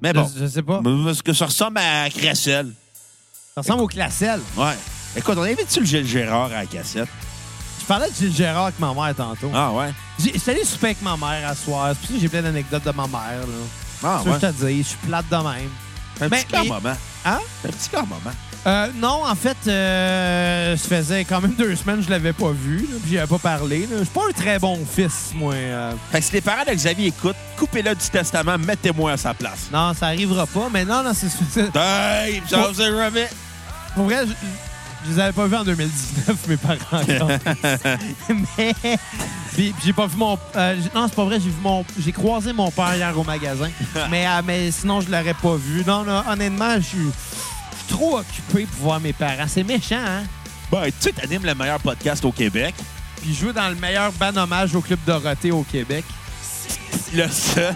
Speaker 1: Mais bon,
Speaker 3: Je, je sais pas.
Speaker 1: parce que ça ressemble à Cressel.
Speaker 3: Ça ressemble au Classel.
Speaker 1: Ouais. Écoute, on invite-tu le Gilles Gérard à la cassette?
Speaker 3: Je parlais de Gilles Gérard avec ma mère tantôt.
Speaker 1: Ah ouais?
Speaker 3: J'ai- J'étais allé souper avec ma mère à soir. C'est pour ça que j'ai plein d'anecdotes de ma mère. Là.
Speaker 1: Ah
Speaker 3: C'est
Speaker 1: ouais?
Speaker 3: ce que je te dis. Je suis plate de même.
Speaker 1: Un
Speaker 3: Ben,
Speaker 1: petit corps
Speaker 3: et-
Speaker 1: moment.
Speaker 3: Hein?
Speaker 1: Un petit corps moment.
Speaker 3: Euh, non, en fait, euh, ça faisait quand même deux semaines que je l'avais pas vu, là, puis j'avais pas parlé. là. Je suis pas un très bon fils, moi. euh.
Speaker 1: Fait que si les parents de Xavier écoutent, coupez-le du testament, mettez-moi à sa place.
Speaker 3: Non, ça arrivera pas, mais non, non, c'est c'est-
Speaker 1: Hey, ça vous est remis.
Speaker 3: Pour vrai, je, je les avais pas vus en 2019, mes parents. encore. mais puis, puis j'ai pas vu mon. euh, j- non, c'est pas vrai. J'ai vu mon. J'ai croisé mon père hier au magasin. mais euh, mais sinon, je l'aurais pas vu. Non, non, honnêtement, je suis je suis trop occupé pour voir mes parents. C'est méchant, hein?
Speaker 1: Ben, tu sais, t'animes le meilleur podcast au Québec.
Speaker 3: Puis jouer dans le meilleur ban hommage au club Dorothée au Québec,
Speaker 1: Le seul.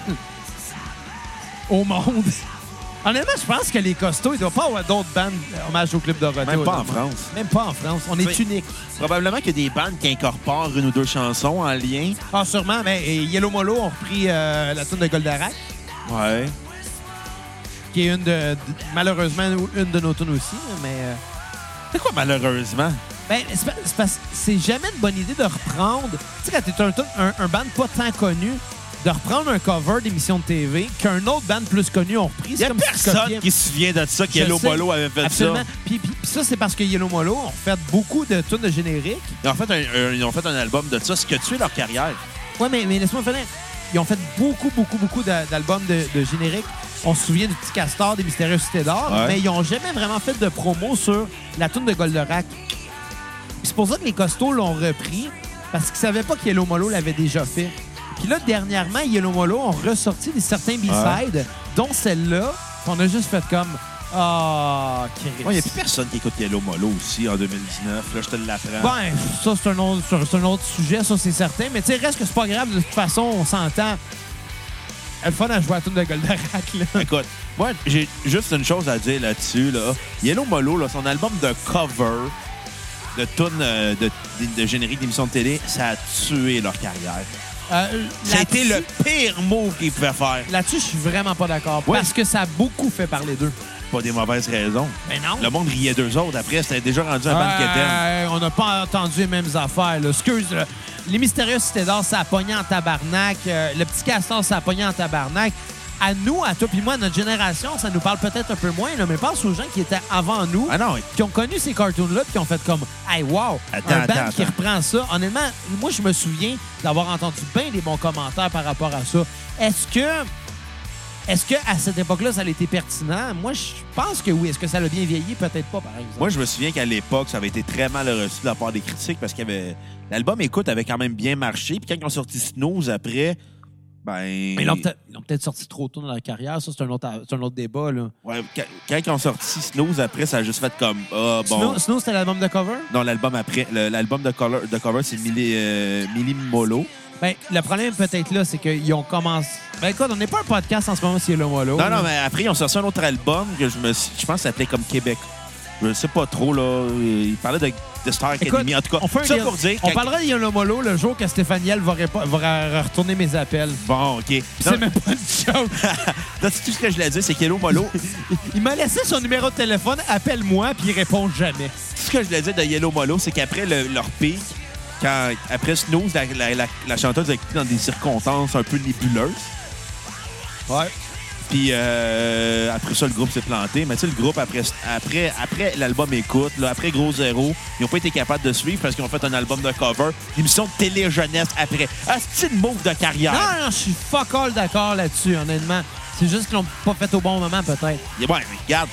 Speaker 3: au monde. Honnêtement, je pense que les costauds, ils doivent pas avoir d'autres bandes hommage au club Dorothée.
Speaker 1: Même pas en
Speaker 3: Honnêtement.
Speaker 1: France.
Speaker 3: Même pas en France. On est
Speaker 1: C'est-
Speaker 3: unique.
Speaker 1: Probablement qu'il y a des bandes qui incorporent une ou deux chansons en lien.
Speaker 3: Ah, sûrement, mais et Yellow Molo ont repris euh, la tune de Goldarak,
Speaker 1: Ouais.
Speaker 3: qui est une de, de- malheureusement ou- une de nos tunes aussi, mais euh,
Speaker 1: C'est quoi, malheureusement?
Speaker 3: ben, c'est pas- c'est parce que c'est jamais une bonne idée de reprendre. Tu sais, quand t'es un, tune- un, un band pas tant connu, de reprendre un cover d'émission de TV qu'un autre band plus connu ont repris.
Speaker 1: Il y a personne qui se souvient de ça, que Yellow Bolo avait fait
Speaker 3: Absolument.
Speaker 1: ça.
Speaker 3: Puis, puis- puis ça, c'est parce que Yellow Molo ont fait beaucoup de tunes de générique.
Speaker 1: Ils ont, fait un, un- ils ont fait un album de ça, ce qui a tué leur carrière.
Speaker 3: Ouais, mais, mais laisse-moi finir. Ils ont fait beaucoup, beaucoup, beaucoup d'a- d'albums de, de génériques. On se souvient du Petit Castor, des Mystérieuses Cités d'Or,
Speaker 1: Ouais.
Speaker 3: mais ils n'ont jamais vraiment fait de promo sur la toune de Goldorak. Puis C'est pour ça que les costauds l'ont repris, parce qu'ils savaient pas que Yellow Molo l'avait déjà fait. Puis là, dernièrement, Yellow Molo ont ressorti des certains B-sides, dont celle-là, on a juste fait comme. Ah, Chris.
Speaker 1: Il n'y a plus personne qui écoute Yellow Molo aussi en 2019. Là, je te l'apprends.
Speaker 3: Ben, ça, c'est un, autre- c'est un autre sujet, ça, c'est certain. Mais tu sais, reste que c'est pas grave. De toute façon, on s'entend. Elle est fun à jouer à tout de Goldorak, là.
Speaker 1: Écoute, moi, j'ai juste une chose à dire là-dessus. Là. Yellow Molo, là, son album de cover de tunes euh, de, de, de générique d'émissions de télé, ça a tué leur carrière.
Speaker 3: Euh,
Speaker 1: Ça a été
Speaker 3: là-dessus-
Speaker 1: le pire move qu'ils pouvaient faire.
Speaker 3: Là-dessus, je suis vraiment pas d'accord.
Speaker 1: Ouais.
Speaker 3: Parce que ça a beaucoup fait parler d'eux.
Speaker 1: Pas des mauvaises raisons.
Speaker 3: Mais Ben non.
Speaker 1: Le monde riait d'eux autres. Après, c'était déjà rendu un banquetem.
Speaker 3: Euh, on n'a pas entendu les mêmes affaires. Là. Excuse, là. les mystérieux cités d'or, ça a pogné en tabarnak. Euh, le petit castor, ça a pogné en tabarnak. À nous, à toi puis moi, à notre génération, ça nous parle peut-être un peu moins, là, mais pense aux gens qui étaient avant nous,
Speaker 1: Ah non,
Speaker 3: qui ont connu ces cartoons-là, puis qui ont fait comme « Hey, wow!
Speaker 1: Attends,
Speaker 3: un band
Speaker 1: attends,
Speaker 3: qui
Speaker 1: attends.
Speaker 3: reprend ça. » Honnêtement, moi, je me souviens d'avoir entendu bien des bons commentaires par rapport à ça. Est-ce que... Est-ce que à cette époque-là, ça a été pertinent? Moi, je pense que oui. Est-ce que ça l'a bien vieilli? Peut-être pas, par exemple.
Speaker 1: Moi, je me souviens qu'à l'époque, ça avait été très mal reçu de la part des critiques parce qu'il y avait. L'album Écoute avait quand même bien marché. Puis quand ils ont sorti Snooze après, ben.
Speaker 3: Mais ils l'ont peut-être ils l'ont peut-être sorti trop tôt dans leur carrière. Ça, c'est un autre, c'est un autre débat. Là.
Speaker 1: Ouais, quand, quand ils ont sorti Snooze après, ça a juste fait comme. Ah, bon.
Speaker 3: Snow, Snow, c'était l'album de cover?
Speaker 1: Non, l'album après. le- L'album de, color- de cover, c'est Millie, euh, Millie Molo.
Speaker 3: Ben, le problème peut-être là, c'est qu'ils ont commencé... Ben écoute, on n'est pas un podcast en ce moment, c'est le mollo.
Speaker 1: Non, non, mais après, ils ont sorti un autre album que je me suis- je pense que ça s'appelait comme Québec. Je sais pas trop, là. Euh, Ils parlaient de, de Star
Speaker 3: Écoute,
Speaker 1: Academy. En tout cas,
Speaker 3: on fait un
Speaker 1: ça
Speaker 3: deal.
Speaker 1: pour dire.
Speaker 3: On
Speaker 1: que-
Speaker 3: parlera de Yolo Molo le jour que Stéphaniel va, répa- va retourner mes appels.
Speaker 1: Bon, OK. Non,
Speaker 3: C'est même pas une joke.
Speaker 1: non, c'est tout ce que je voulais dire, c'est qu'Hello Molo,
Speaker 3: Il m'a laissé son numéro de téléphone, appelle-moi, puis il répond jamais.
Speaker 1: ce que je voulais dire de Yellow Molo, c'est qu'après le- leur pic, quand, après Snooze, la, la- la- la chanteuse a été dans des circonstances un peu nébuleuses.
Speaker 3: Ouais.
Speaker 1: Puis euh, après ça, le groupe s'est planté. Mais tu sais, le groupe, après, après, après l'album Écoute, là, après Gros Zéro, ils n'ont pas été capables de suivre parce qu'ils ont fait un album de cover, une émission de télé-jeunesse après. Un style move de carrière.
Speaker 3: Non, non, je suis fuck all d'accord là-dessus, honnêtement. C'est juste qu'ils l'ont pas fait au bon moment, peut-être.
Speaker 1: Et ouais, mais regarde,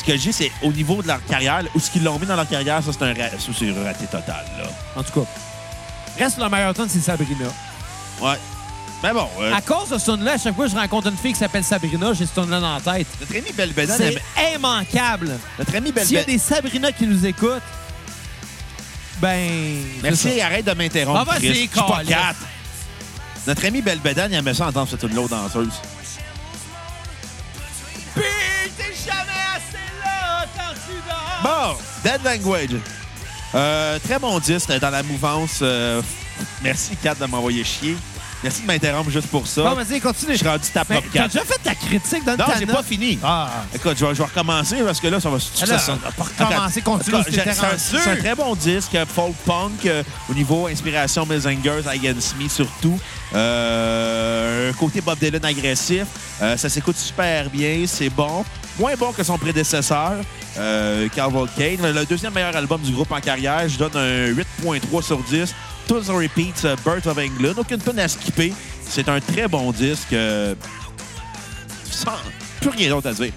Speaker 1: ce que j'ai, c'est au niveau de leur carrière, là, où ce qu'ils l'ont mis dans leur carrière, ça, c'est un, ra- ça, c'est un raté total. Là.
Speaker 3: En tout cas. Reste le meilleur tune, c'est Sabrina.
Speaker 1: Euh. Ouais. Mais bon, euh,
Speaker 3: À cause de ce tune-là, à chaque fois que je rencontre une fille qui s'appelle Sabrina, j'ai ce tune-là dans la tête.
Speaker 1: notre ami Belbédane
Speaker 3: C'est
Speaker 1: aimait-
Speaker 3: immanquable.
Speaker 1: Notre ami
Speaker 3: S'il y a
Speaker 1: Belbédane.
Speaker 3: des Sabrina qui nous écoutent, ben... c'est
Speaker 1: Merci, arrête de m'interrompre.
Speaker 3: Ah, vas-y,
Speaker 1: Chris. Je suis pas
Speaker 3: câlisse.
Speaker 1: quatre. Notre ami Belbédane, il aimait ça entendre cette une l'eau danseuse.
Speaker 3: ça. Puis t'es jamais assez là quand tu dors.
Speaker 1: Bon, Dead Language. Euh, très bon disque dans la mouvance. euh, merci, Kat, de m'envoyer chier. Merci de m'interrompre juste pour ça.
Speaker 3: Bon, vas-y, continue.
Speaker 1: Je suis rendu ta
Speaker 3: Ben,
Speaker 1: propre
Speaker 3: T'as
Speaker 1: 4.
Speaker 3: déjà fait ta critique, donne
Speaker 1: Non,
Speaker 3: ta
Speaker 1: j'ai
Speaker 3: note.
Speaker 1: pas fini.
Speaker 3: Ah,
Speaker 1: Écoute, je vais, je vais recommencer parce que là, ça va se
Speaker 3: Alors,
Speaker 1: ça-
Speaker 3: Ah on va recommencer,
Speaker 1: Attends,
Speaker 3: continue,
Speaker 1: en tout
Speaker 3: parce
Speaker 1: cas,
Speaker 3: que t'es
Speaker 1: j'ai- C'est un-
Speaker 3: rendu.
Speaker 1: c'est un très bon disque, euh, folk punk, euh, au niveau inspiration Messengers, Against Me surtout. Euh, un côté Bob Dylan agressif. Euh, ça s'écoute super bien, c'est bon. Moins bon que son prédécesseur, euh, Cavalcade. Le deuxième meilleur album du groupe en carrière, je donne un 8.3 sur 10. Tous en repeat, euh, Birth of England. Aucune tonne à skipper. C'est un très bon disque. euh, sans plus rien d'autre à dire.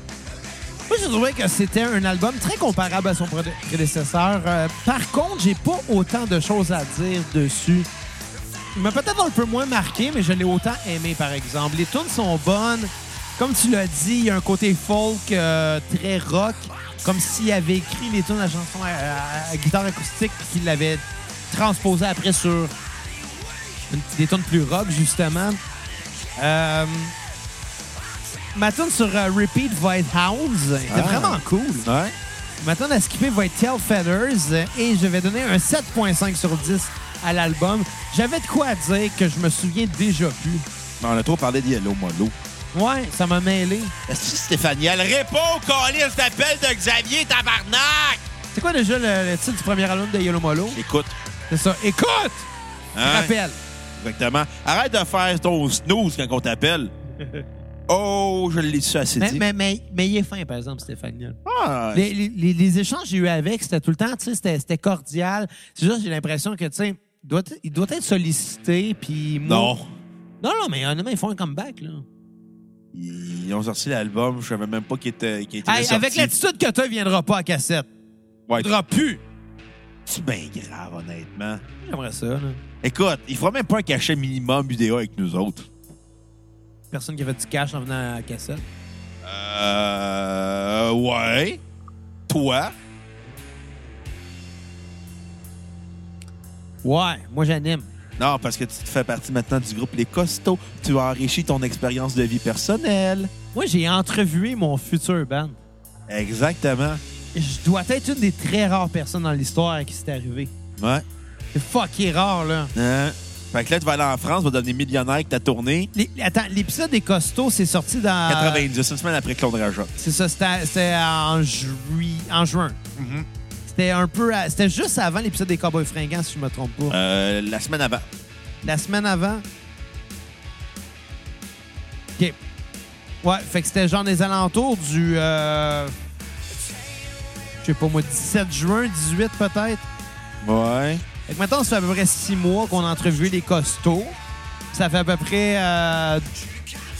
Speaker 3: Moi, j'ai trouvé que c'était un album très comparable à son prédé- prédécesseur. Euh, par contre, j'ai pas autant de choses à dire dessus. Il m'a peut-être un peu moins marqué, mais je l'ai autant aimé, par exemple. Les tunes sont bonnes. Comme tu l'as dit, il y a un côté folk euh, très rock, comme s'il avait écrit les tunes de la chanson à, à- à guitare acoustique puis qu'il l'avait transposé après sur une- des tunes plus rock, justement. Euh, ma tune sur euh, Repeat va être Hounds. C'était
Speaker 1: Ah.
Speaker 3: vraiment cool.
Speaker 1: Ouais.
Speaker 3: Maintenant, la skipper va être Tail Feathers euh, et je vais donner un 7.5 sur 10 à l'album. J'avais de quoi à dire que je me souviens déjà plus.
Speaker 1: Mais on a trop parlé de Yellow Molo.
Speaker 3: Ouais, ça m'a mêlé.
Speaker 1: Est-ce que Stéphanie, elle répond, Colin, t'appelle de Xavier Tabarnak!
Speaker 3: C'est quoi déjà le, le titre du premier album de Yellow Molo?
Speaker 1: Écoute,
Speaker 3: C'est ça. Écoute!
Speaker 1: hein,
Speaker 3: Rappel.
Speaker 1: exactement. Arrête de faire ton snooze quand on t'appelle. Oh, je l'ai su assez
Speaker 3: Mais,
Speaker 1: dit.
Speaker 3: mais, mais, mais il est fin, par exemple, Stéphanie.
Speaker 1: Ah,
Speaker 3: Les, les- les- les échanges que j'ai eu avec, c'était tout le temps, tu sais, c'était c'était cordial. C'est juste, j'ai l'impression que, tu sais, il doit, il doit être sollicité, puis... moi-
Speaker 1: non.
Speaker 3: Non, non, mais honnêtement, ils font un comeback, là.
Speaker 1: Ils ont sorti l'album, je savais même pas qu'il était, qu'il était
Speaker 3: Hey,
Speaker 1: sorti.
Speaker 3: avec l'attitude que t'as, il viendra pas à cassette.
Speaker 1: Ouais,
Speaker 3: Il viendra plus.
Speaker 1: c'est bien grave, honnêtement.
Speaker 3: J'aimerais ça, là.
Speaker 1: Écoute, il fera même pas un cachet minimum UDA avec nous autres.
Speaker 3: Personne qui a fait du cash en venant à la cassette.
Speaker 1: Euh. Ouais. Toi.
Speaker 3: Ouais, moi j'anime.
Speaker 1: Non, parce que tu fais partie maintenant du groupe Les Costauds. Tu as enrichi ton expérience de vie personnelle.
Speaker 3: Moi j'ai entrevué mon futur band.
Speaker 1: Exactement.
Speaker 3: Je dois être une des très rares personnes dans l'histoire à qui c'est arrivé.
Speaker 1: Ouais.
Speaker 3: C'est fucking rare, là.
Speaker 1: Hein? Fait que là, tu vas aller en France, tu vas devenir millionnaire avec ta tournée.
Speaker 3: Les- attends, l'épisode des costauds, c'est sorti dans.
Speaker 1: 90, une semaine après Claude Rajot.
Speaker 3: C'est ça, c'était c'était en, jui- en juin.
Speaker 1: Mhm.
Speaker 3: C'était un peu. à- C'était juste avant l'épisode des Cowboys fringants, si je me trompe pas.
Speaker 1: Euh, la semaine avant.
Speaker 3: La semaine avant. OK. Ouais, fait que c'était genre des alentours du. euh, Je sais pas moi, 17 juin, 18 peut-être.
Speaker 1: Ouais.
Speaker 3: Fait que maintenant, ça fait à peu près six mois qu'on a entrevu les costauds. Ça fait à peu près euh,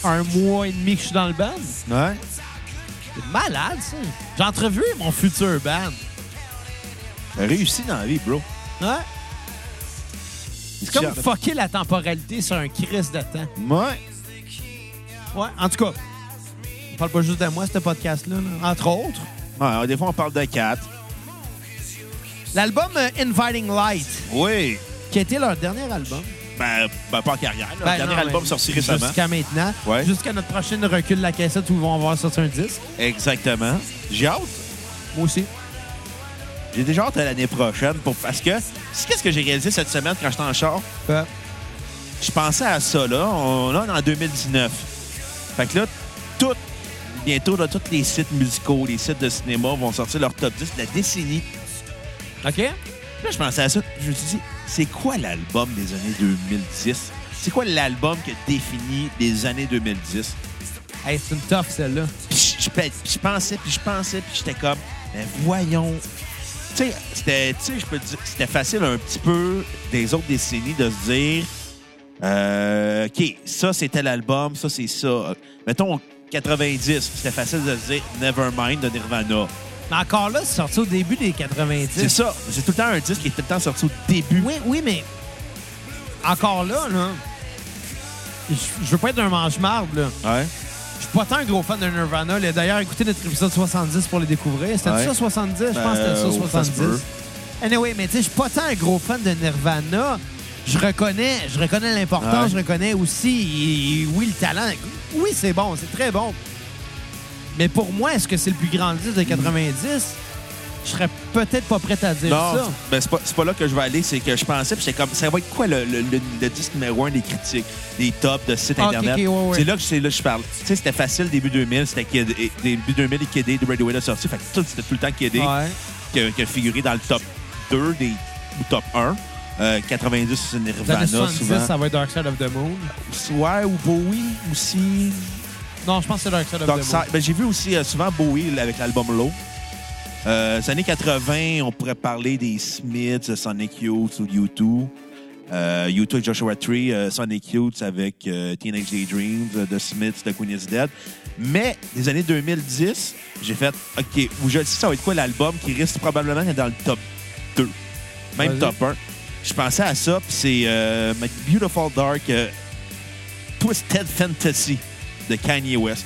Speaker 3: un mois et demi que je suis dans le band.
Speaker 1: Ouais.
Speaker 3: C'est malade, ça. J'ai entrevu mon futur band.
Speaker 1: T'as réussi dans la vie, bro.
Speaker 3: Ouais. C'est comme fucker la temporalité sur un Christ de temps.
Speaker 1: Ouais.
Speaker 3: Ouais, en tout cas, on parle pas juste de moi, ce podcast-là, là. entre autres.
Speaker 1: Ouais, des fois, on parle de 4.
Speaker 3: L'album euh, Inviting Light,
Speaker 1: Oui.
Speaker 3: qui a été leur dernier album.
Speaker 1: Ben, ben, pas en carrière. Là.
Speaker 3: Ben,
Speaker 1: Dernier
Speaker 3: non,
Speaker 1: album
Speaker 3: mais
Speaker 1: sorti récemment.
Speaker 3: Jusqu'à maintenant.
Speaker 1: Ouais.
Speaker 3: Jusqu'à notre prochaine recul de la cassette où ils vont avoir sorti un disque.
Speaker 1: Exactement. J'ai hâte.
Speaker 3: Moi aussi.
Speaker 1: J'ai déjà hâte à l'année prochaine pour parce que c'est qu'est-ce que j'ai réalisé cette semaine quand j'étais en char.
Speaker 3: Ouais.
Speaker 1: Je pensais à ça là. On, là, on est en 2019. Fait que là, tout bientôt là, tous les sites musicaux, les sites de cinéma vont sortir leur top 10 de la décennie.
Speaker 3: OK?
Speaker 1: Là, je pensais à ça. Je me suis dit, c'est quoi l'album des années 2010? C'est quoi l'album qui a défini les années 2010?
Speaker 3: Hey, c'est une tough, celle-là.
Speaker 1: Puis je, je pe- je pensais, puis je pensais, puis j'étais comme, mais voyons. Tu sais, c'était, tu sais, je peux te dire, c'était facile un petit peu des autres décennies de se dire, euh, OK, ça, c'était l'album, ça, c'est ça. Euh, Mettons, 90, c'était facile de se dire Nevermind de Nirvana.
Speaker 3: Mais encore là, c'est sorti au début des 90.
Speaker 1: C'est ça. C'est tout le temps un disque qui est tout le temps sorti au début.
Speaker 3: Oui, oui, mais encore là, là, je je veux pas être un mange-marde, là.
Speaker 1: Ouais.
Speaker 3: Je suis pas tant un gros fan de Nirvana. là. D'ailleurs, écoutez notre épisode 70 pour les découvrir. C'était
Speaker 1: Ouais.
Speaker 3: ça 70? Je pense que c'était
Speaker 1: Euh,
Speaker 3: ça
Speaker 1: ça se
Speaker 3: 70.
Speaker 1: peut.
Speaker 3: Anyway, mais tu sais, je suis pas tant un gros fan de Nirvana. Je reconnais, je reconnais l'importance,
Speaker 1: Ouais.
Speaker 3: je reconnais aussi, et- et oui, le talent. Oui, c'est bon, c'est très bon. Mais pour moi, est-ce que c'est le plus grand disque de 90? Je serais peut-être pas prêt à dire
Speaker 1: Non,
Speaker 3: ça.
Speaker 1: ben c'est pas, c'est pas là que je vais aller, c'est que je pensais, puis j'étais comme, ça va être quoi le, le- le- le disque numéro un des critiques, des tops de sites
Speaker 3: Ah, ok,
Speaker 1: Internet?
Speaker 3: ok, ouais, ouais.
Speaker 1: C'est là que c'est là que je parle. Tu sais, c'était facile début 2000, c'était Kid- et- début 2000 et Kid de Radio a sorti, fait que tout, c'était tout le temps Kid A
Speaker 3: Ouais.
Speaker 1: qui, a- qui a figuré dans le top 2 des, ou top 1. Euh, 90, c'est
Speaker 3: Dans
Speaker 1: Nirvana,
Speaker 3: les 70,
Speaker 1: souvent.
Speaker 3: ça va être Dark Side of the Moon.
Speaker 1: Ouais, ou Bowie aussi.
Speaker 3: Non, je pense que c'est Dark Side of
Speaker 1: Dark
Speaker 3: the
Speaker 1: Side.
Speaker 3: Moon.
Speaker 1: Ben, j'ai vu aussi euh, souvent Bowie là, avec l'album Low. Euh, les années 80, on pourrait parler des Smiths, euh, Sonic Youth ou U2. Euh, U2 avec Joshua Tree, euh, Sonic Youth avec euh, Teenage Daydreams, euh, The Smiths, The Queen is Dead. Mais les années 2010, j'ai fait OK, où je le sais, ça va être quoi l'album qui risque probablement d'être dans le top 2, même
Speaker 3: Vas-y.
Speaker 1: top 1. Je pensais à ça, puis c'est euh, My Beautiful Dark euh, Twisted Fantasy de Kanye West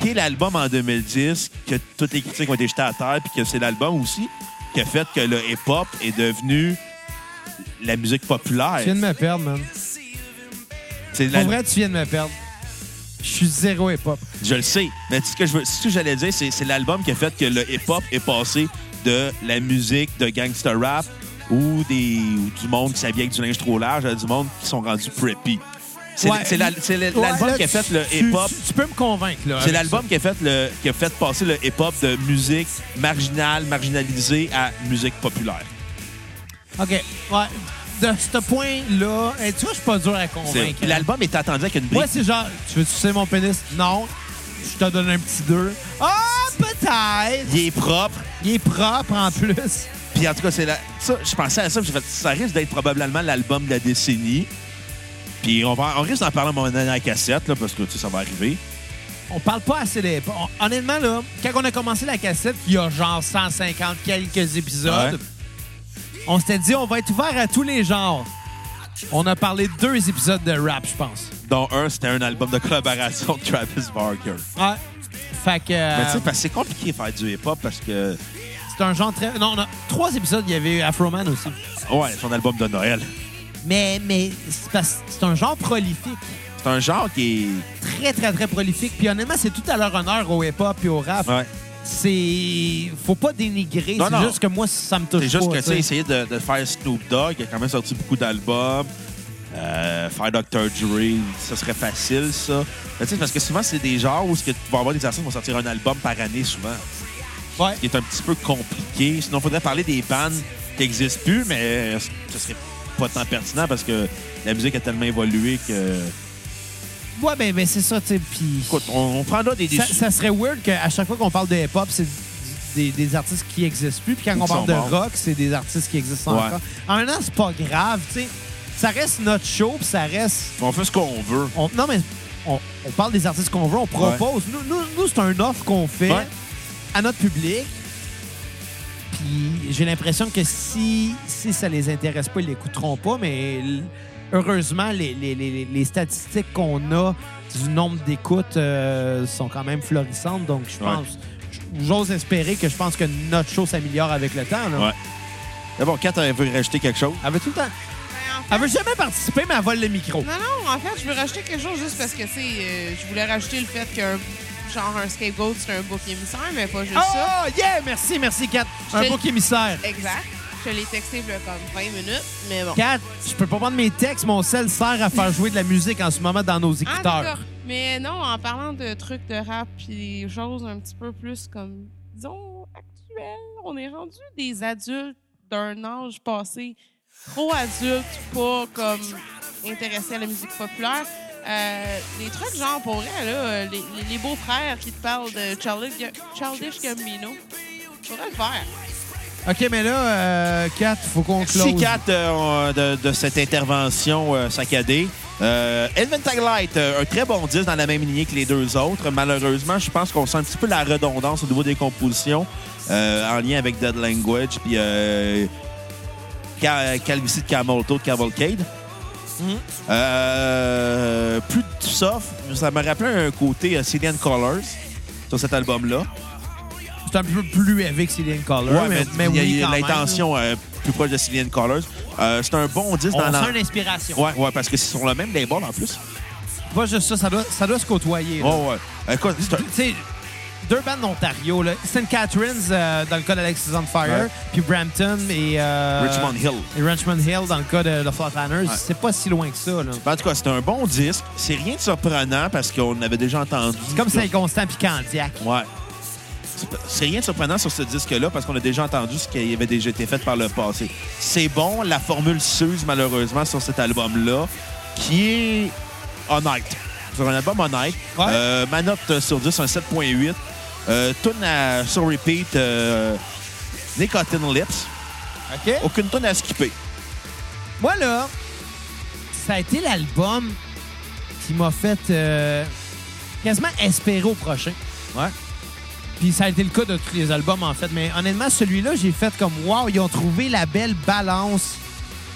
Speaker 1: qui est l'album en 2010 que toutes les critiques ont été jetées à terre, puis que c'est l'album aussi qui a fait que le hip-hop est devenu la musique populaire.
Speaker 3: Tu viens de me perdre, man.
Speaker 1: C'est
Speaker 3: Pour
Speaker 1: la-
Speaker 3: vrai, tu viens de me perdre. Je suis zéro hip-hop.
Speaker 1: Je le sais, mais ce que je veux- ce que j'allais dire, c'est c'est l'album qui a fait que le hip-hop est passé de la musique de gangster rap ou, des, ou du monde qui s'habille avec du linge trop large à du monde qui sont rendus preppy. C'est
Speaker 3: Ouais.
Speaker 1: c'est la- c'est la-
Speaker 3: Ouais,
Speaker 1: l'album
Speaker 3: là,
Speaker 1: qui a fait
Speaker 3: tu-
Speaker 1: le
Speaker 3: tu-
Speaker 1: hip-hop
Speaker 3: Tu, tu peux me convaincre, là.
Speaker 1: C'est l'album qui a fait le qui a fait passer le hip-hop de musique marginale, marginalisée à musique populaire.
Speaker 3: OK. Ouais. De ce point-là, eh, tu vois, je suis pas dur à
Speaker 1: C'est-
Speaker 3: convaincre.
Speaker 1: L'album est attendu avec une brique.
Speaker 3: Moi, c'est genre, tu veux sucer mon pénis? Non. Je te donne un petit 2. Ah, peut-être!
Speaker 1: Il est propre.
Speaker 3: Il est propre en plus.
Speaker 1: Puis en tout cas, c'est la- ça, je pensais à ça, puis j'ai fait ça risque d'être probablement l'album de la décennie. Puis on va on risque d'en parler à un moment donné dans la cassette là, parce que tu sais, ça va arriver.
Speaker 3: On parle pas assez des. on- Honnêtement, là, quand on a commencé la cassette, il y a genre 150 quelques épisodes,
Speaker 1: Ouais.
Speaker 3: on s'était dit on va être ouvert à tous les genres. On a parlé de deux épisodes de rap, je pense.
Speaker 1: Dont un, c'était un album de collaboration de Travis Barker.
Speaker 3: Ouais. Fait que. euh,
Speaker 1: Mais tu sais, parce que c'est compliqué de faire du hip-hop parce que.
Speaker 3: c'est un genre très. Non, on a trois épisodes, il y avait eu Afro Man aussi.
Speaker 1: Ouais, son album de Noël.
Speaker 3: Mais, mais c'est parce- c'est un genre prolifique.
Speaker 1: C'est un genre qui
Speaker 3: Très, très, très prolifique. Puis honnêtement, c'est tout à leur honneur au hip-hop et au rap.
Speaker 1: est. Ouais.
Speaker 3: C'est. Faut pas dénigrer.
Speaker 1: Non,
Speaker 3: C'est
Speaker 1: non.
Speaker 3: juste que moi, ça me touche
Speaker 1: C'est juste
Speaker 3: pas,
Speaker 1: que, tu sais,
Speaker 3: t'sais.
Speaker 1: essayer de, de faire Snoop Dogg, il a quand même sorti beaucoup d'albums. Euh, faire Dr. Dre, ça serait facile, ça. Mais tu sais, parce que souvent, c'est des genres où ce que tu vas avoir des artistes qui vont sortir un album par année, souvent.
Speaker 3: Ouais.
Speaker 1: Ce qui est un petit peu compliqué. Sinon, il faudrait parler des bandes qui n'existent plus, mais euh, ce serait pas tant pertinent parce que la musique a tellement évolué que.
Speaker 3: Ouais, ben, ben c'est ça, tu sais. Puis.
Speaker 1: Écoute, on, on prend là des. des-
Speaker 3: Ça, ça serait weird qu'à chaque fois qu'on parle de hip-hop, c'est des, des artistes qui existent plus. Puis quand
Speaker 1: Ou
Speaker 3: on
Speaker 1: qui
Speaker 3: parle
Speaker 1: sont
Speaker 3: de
Speaker 1: morts.
Speaker 3: rock, c'est des artistes qui existent
Speaker 1: Ouais.
Speaker 3: encore. En même temps, c'est pas grave, tu sais. Ça reste notre show, puis ça reste.
Speaker 1: On fait ce qu'on veut.
Speaker 3: on- non, mais on, on parle des artistes qu'on veut, on propose. Nous, nous, nous, c'est un offre qu'on fait
Speaker 1: Ouais.
Speaker 3: à notre public. Puis j'ai l'impression que si, si ça les intéresse pas, ils l'écouteront pas. Mais l- heureusement, les, les- les- les statistiques qu'on a du nombre d'écoutes euh, sont quand même florissantes. Donc je
Speaker 1: Ouais.
Speaker 3: pense, j'ose espérer que je pense que notre show s'améliore avec le temps. là.
Speaker 1: Ouais. D'abord, Kat, elle veut rajouter quelque chose.
Speaker 3: Elle veut tout le temps.
Speaker 4: Ben, en fait-
Speaker 3: Elle veut jamais participer, mais elle vole le micro.
Speaker 4: Non, non, en fait, je veux rajouter quelque chose juste parce que, tu sais, euh, je voulais rajouter le fait qu'un genre un scapegoat, c'est un bouc émissaire, mais pas juste ça.
Speaker 3: Oh, yeah! Merci, merci, Kat.
Speaker 4: Je
Speaker 3: Un
Speaker 4: te-
Speaker 3: bouc émissaire.
Speaker 4: Exact. Je l'ai texté il y a comme 20 minutes, mais bon.
Speaker 3: Kat, je peux pas prendre mes textes, mon sel sert à faire jouer de la musique en ce moment dans nos
Speaker 4: Ah,
Speaker 3: écouteurs.
Speaker 4: d'accord. Mais non, en parlant de trucs de rap puis des choses un petit peu plus comme, disons, actuelles, on est rendu des adultes d'un âge passé, trop adultes, pas comme intéressés à la musique populaire. Euh, les trucs genre pour vrai, là, euh, les, les- les beaux-frères qui te parlent de Childish, Childish Gambino, faudrait le faire.
Speaker 3: OK, mais là, euh, Kat, faut qu'on close.
Speaker 1: Merci, Kat, euh, on- de, de cette intervention euh, saccadée. Euh, Elvin Taglight, euh, un très bon disque dans la même lignée que les deux autres. Malheureusement, je pense qu'on sent un petit peu la redondance au niveau des compositions euh, en lien avec Dead Language puis euh, Ca- Calvici de Camolto de Cavalcade.
Speaker 3: Mhm.
Speaker 1: Euh, plus de soft, ça me rappelait un côté euh, Cillian Colors sur cet album-là.
Speaker 3: C'est un peu plus élevé que Céline Color,
Speaker 1: Ouais,
Speaker 3: mais,
Speaker 1: mais,
Speaker 3: mais
Speaker 1: il y a-
Speaker 3: oui,
Speaker 1: il y a
Speaker 3: quand même, là.
Speaker 1: l'intention euh, plus proche de Cillian Colors. Euh, c'est un bon disque dans
Speaker 3: On
Speaker 1: l'en-
Speaker 3: sent une inspiration.
Speaker 1: Ouais, ouais, parce que c'est sur le même label en plus.
Speaker 3: Pas juste ça, ça doit, ça doit se côtoyer. là.
Speaker 1: Oh, ouais. Écoute, c'est un-
Speaker 3: Tu sais, deux bandes d'Ontario, là. St. Catharines, euh, dans le cas d'Alexis on Fire,
Speaker 1: Ouais.
Speaker 3: puis Brampton et... euh,
Speaker 1: Richmond Hill.
Speaker 3: Et Richmond Hill, dans le cas de, de Flatliners.
Speaker 1: Ouais.
Speaker 3: C'est pas si loin que ça, là.
Speaker 1: En tout cas, c'est un bon disque. C'est rien de surprenant parce qu'on avait déjà entendu.
Speaker 3: C'est comme c'est constant puis Candiac.
Speaker 1: Ouais. C'est pas- C'est rien de surprenant sur ce disque-là parce qu'on a déjà entendu ce qui avait déjà été fait par le passé. C'est bon, la formule s'use malheureusement sur cet album-là, qui est honnête. Sur un album honnête.
Speaker 3: Ouais.
Speaker 1: Euh, ma note sur 10, un 7.8. Euh, tune à, sur repeat, euh, Nicotine Lips.
Speaker 3: OK?
Speaker 1: Aucune tune à skipper.
Speaker 3: Moi, là, ça a été l'album qui m'a fait euh, quasiment espérer au prochain.
Speaker 1: Ouais.
Speaker 3: Puis ça a été le cas de tous les albums, en fait. Mais honnêtement, celui-là, j'ai fait comme « Wow, ils ont trouvé la belle balance,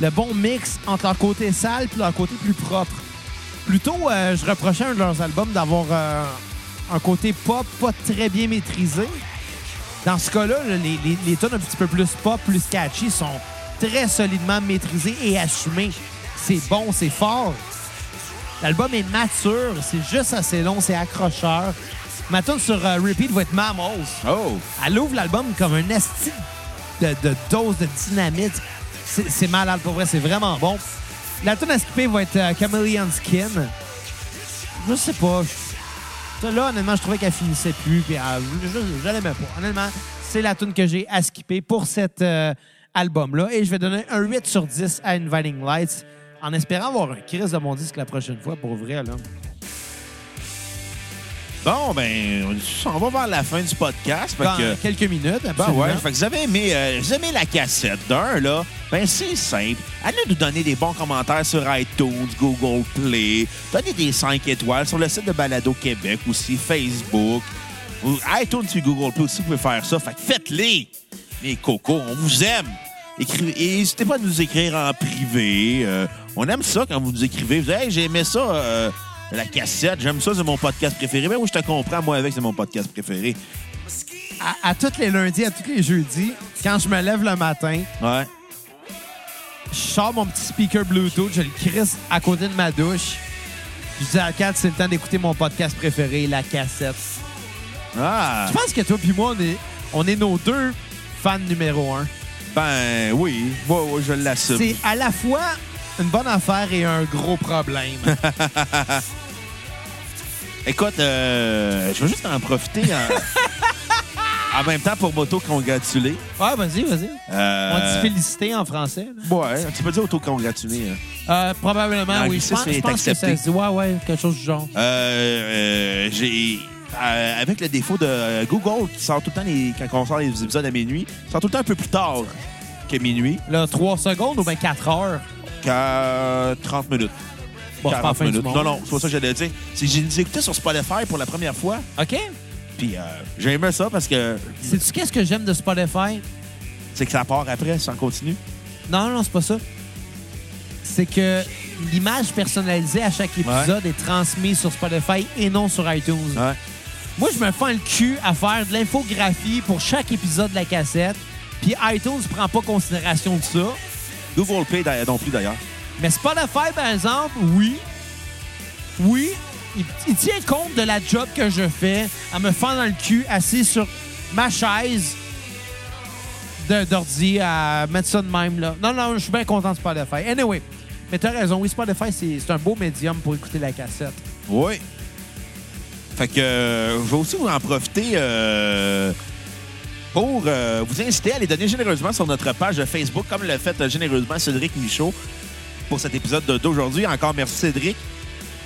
Speaker 3: le bon mix entre leur côté sale puis leur côté plus propre. » Plutôt, euh, je reprochais à un de leurs albums d'avoir euh, un côté pop pas très bien maîtrisé. Dans ce cas-là, là, les, les, les tunes un petit peu plus pop, plus catchy sont très solidement maîtrisées et assumées. C'est bon, c'est fort. L'album est mature, c'est juste assez long, c'est accrocheur. Ma tune sur euh, Repeat va être Mammals.
Speaker 1: Oh!
Speaker 3: Elle ouvre l'album comme un esti de, de dose de dynamite. C'est c'est malade pour vrai, c'est vraiment bon. La tune à skipper va être euh, Chameleon Skin. Je sais pas. je- Ça, là, honnêtement, je trouvais qu'elle finissait plus. Puis elle- je, je- je l'aimais pas. Honnêtement, c'est la tune que j'ai à skipper pour cet euh, album-là. Et je vais donner un 8 sur 10 à Inviting Lights en espérant avoir un Chris de mon disque la prochaine fois, pour vrai. Là.
Speaker 1: Bon, ben, on va vers la fin du podcast. Fait
Speaker 3: Dans
Speaker 1: que,
Speaker 3: quelques minutes,
Speaker 1: ben
Speaker 3: absolument.
Speaker 1: ouais, fait que vous avez aimé, euh, vous aimez la cassette d'un, là, ben c'est simple. Allez nous donner des bons commentaires sur iTunes, Google Play. Donnez des 5 étoiles sur le site de Balado Québec aussi, Facebook. Ou iTunes et Google Play aussi, vous pouvez faire ça. Fait que faites-les, les cocos, on vous aime. Écri- et N'hésitez pas à nous écrire en privé. Euh, on aime ça quand vous nous écrivez. Vous dites, hey, j'ai aimé ça. euh, La cassette, j'aime ça, c'est mon podcast préféré. Mais oui, je te comprends, moi, avec, c'est mon podcast préféré.
Speaker 3: À, à tous les lundis, à tous les jeudis, quand je me lève le matin,
Speaker 1: Ouais.
Speaker 3: je sors mon petit speaker Bluetooth, je le crisse à côté de ma douche. Je dis à Kat, c'est le temps d'écouter mon podcast préféré, La Cassette.
Speaker 1: Ah,
Speaker 3: Je pense que toi puis moi, on est, on est nos deux fans numéro un.
Speaker 1: ben oui. Ouais, ouais, je l'assume.
Speaker 3: C'est à la fois une bonne affaire et un gros problème.
Speaker 1: Écoute, euh, je veux juste en profiter en, en même temps pour m'auto-congratuler.
Speaker 3: ouais, vas-y, vas-y.
Speaker 1: Euh,
Speaker 3: On dit féliciter en français. là.
Speaker 1: Ouais, tu peux dire auto-congratuler. hein.
Speaker 3: Euh, probablement, oui. Je
Speaker 1: L'anglicisme
Speaker 3: pense,
Speaker 1: est
Speaker 3: je pense que
Speaker 1: accepté.
Speaker 3: ça se dit. Ouais, ouais, quelque chose du genre.
Speaker 1: Euh, euh, j'ai. euh, avec le défaut de euh, Google qui sort tout le temps les, quand on sort les épisodes à minuit, ça sort tout le temps un peu plus tard que minuit,
Speaker 3: Là, 3 secondes ou bien 4 heures.
Speaker 1: qu'à 30 minutes.
Speaker 3: Bon, c'est pas la
Speaker 1: 40
Speaker 3: fin du
Speaker 1: minutes.
Speaker 3: monde.
Speaker 1: Non, non, c'est pas ça que j'allais dire. C'est que j'ai les écouté sur Spotify pour la première fois,
Speaker 3: OK?
Speaker 1: puis euh, j'ai aimé ça parce que
Speaker 3: Sais-tu qu'est-ce que j'aime de Spotify?
Speaker 1: c'est que ça part après, ça en continue.
Speaker 3: Non, non, c'est pas ça. C'est que l'image personnalisée à chaque épisode est transmise sur Spotify et non sur iTunes.
Speaker 1: Ouais.
Speaker 3: Moi, je me fends le cul à faire de l'infographie pour chaque épisode de la cassette. Puis iTunes prend pas considération de ça.
Speaker 1: Google Play d'ailleurs- non plus d'ailleurs.
Speaker 3: Mais Spotify, par exemple, oui. Oui. Il, il tient compte de la job que je fais à me fendre dans le cul, assis sur ma chaise de- d'ordi, à mettre ça de même. Là. Non, non, je suis bien content de Spotify. Anyway, mais t'as raison. Oui, Spotify, c'est c'est un beau médium pour écouter la cassette.
Speaker 1: Oui. Fait que euh, je vais aussi vous en profiter euh, pour euh, vous inciter à les donner généreusement sur notre page Facebook, comme le fait euh, généreusement Cédric Michaud pour cet épisode de- d'aujourd'hui. Encore merci Cédric.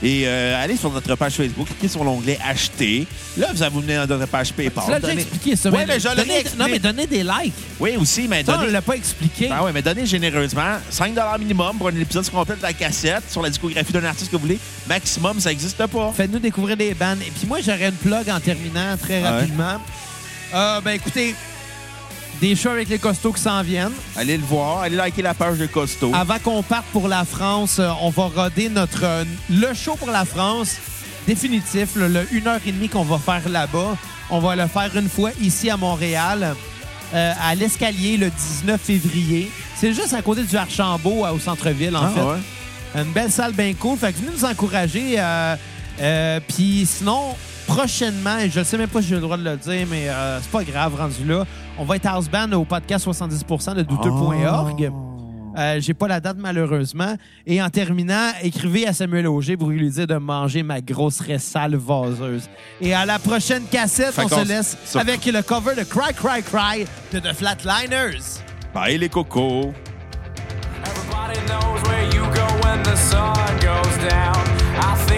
Speaker 1: Et euh, allez sur notre page Facebook, cliquez sur l'onglet Acheter. Là, vous allez vous mener dans notre page PayPal.
Speaker 3: Tu l'as déjà
Speaker 1: Donnez-
Speaker 3: expliqué, ça.
Speaker 1: Ouais,
Speaker 3: mais
Speaker 1: mais je l'ai
Speaker 3: donnez-
Speaker 1: expliqué.
Speaker 3: Non, mais donnez des likes.
Speaker 1: Oui, aussi, mais
Speaker 3: Ça, on
Speaker 1: donnez...
Speaker 3: l'a pas expliqué.
Speaker 1: Ah ouais, mais donnez généreusement 5 minimum pour un épisode complet de la cassette sur la discographie d'un artiste que vous voulez. Maximum, ça n'existe pas.
Speaker 3: Faites-nous découvrir des bandes. Et puis moi, j'aurais une plug en terminant très
Speaker 1: Ah ouais?
Speaker 3: rapidement. Euh, ben écoutez, des shows avec les costauds qui s'en viennent.
Speaker 1: Allez le voir, allez liker la page de Costo.
Speaker 3: Avant qu'on parte pour la France, euh, on va roder notre euh, le show pour la France définitif, le, 1h30 qu'on va faire là-bas. On va le faire une fois ici à Montréal, euh, à l'escalier le 19 février. C'est juste à côté du Archambault, euh, au centre-ville, en
Speaker 1: Ah,
Speaker 3: fait.
Speaker 1: ouais.
Speaker 3: Une belle salle bien cool. Fait que venez nous encourager. euh, euh, Puis sinon, prochainement, et je ne sais même pas si j'ai le droit de le dire, mais euh, c'est pas grave, rendu là, on va être house band au podcast 70% de douteux.org. Euh, j'ai pas la date, malheureusement. Et en terminant, écrivez à Samuel Auger pour lui dire de manger ma grosse sale vaseuse. Et à la prochaine cassette,
Speaker 1: Fait
Speaker 3: on
Speaker 1: qu'on
Speaker 3: se
Speaker 1: s-
Speaker 3: laisse
Speaker 1: sur-
Speaker 3: avec le cover de Cry Cry Cry de The Flatliners.
Speaker 1: Bye les cocos.
Speaker 2: Everybody knows where you go when the sun goes down. I think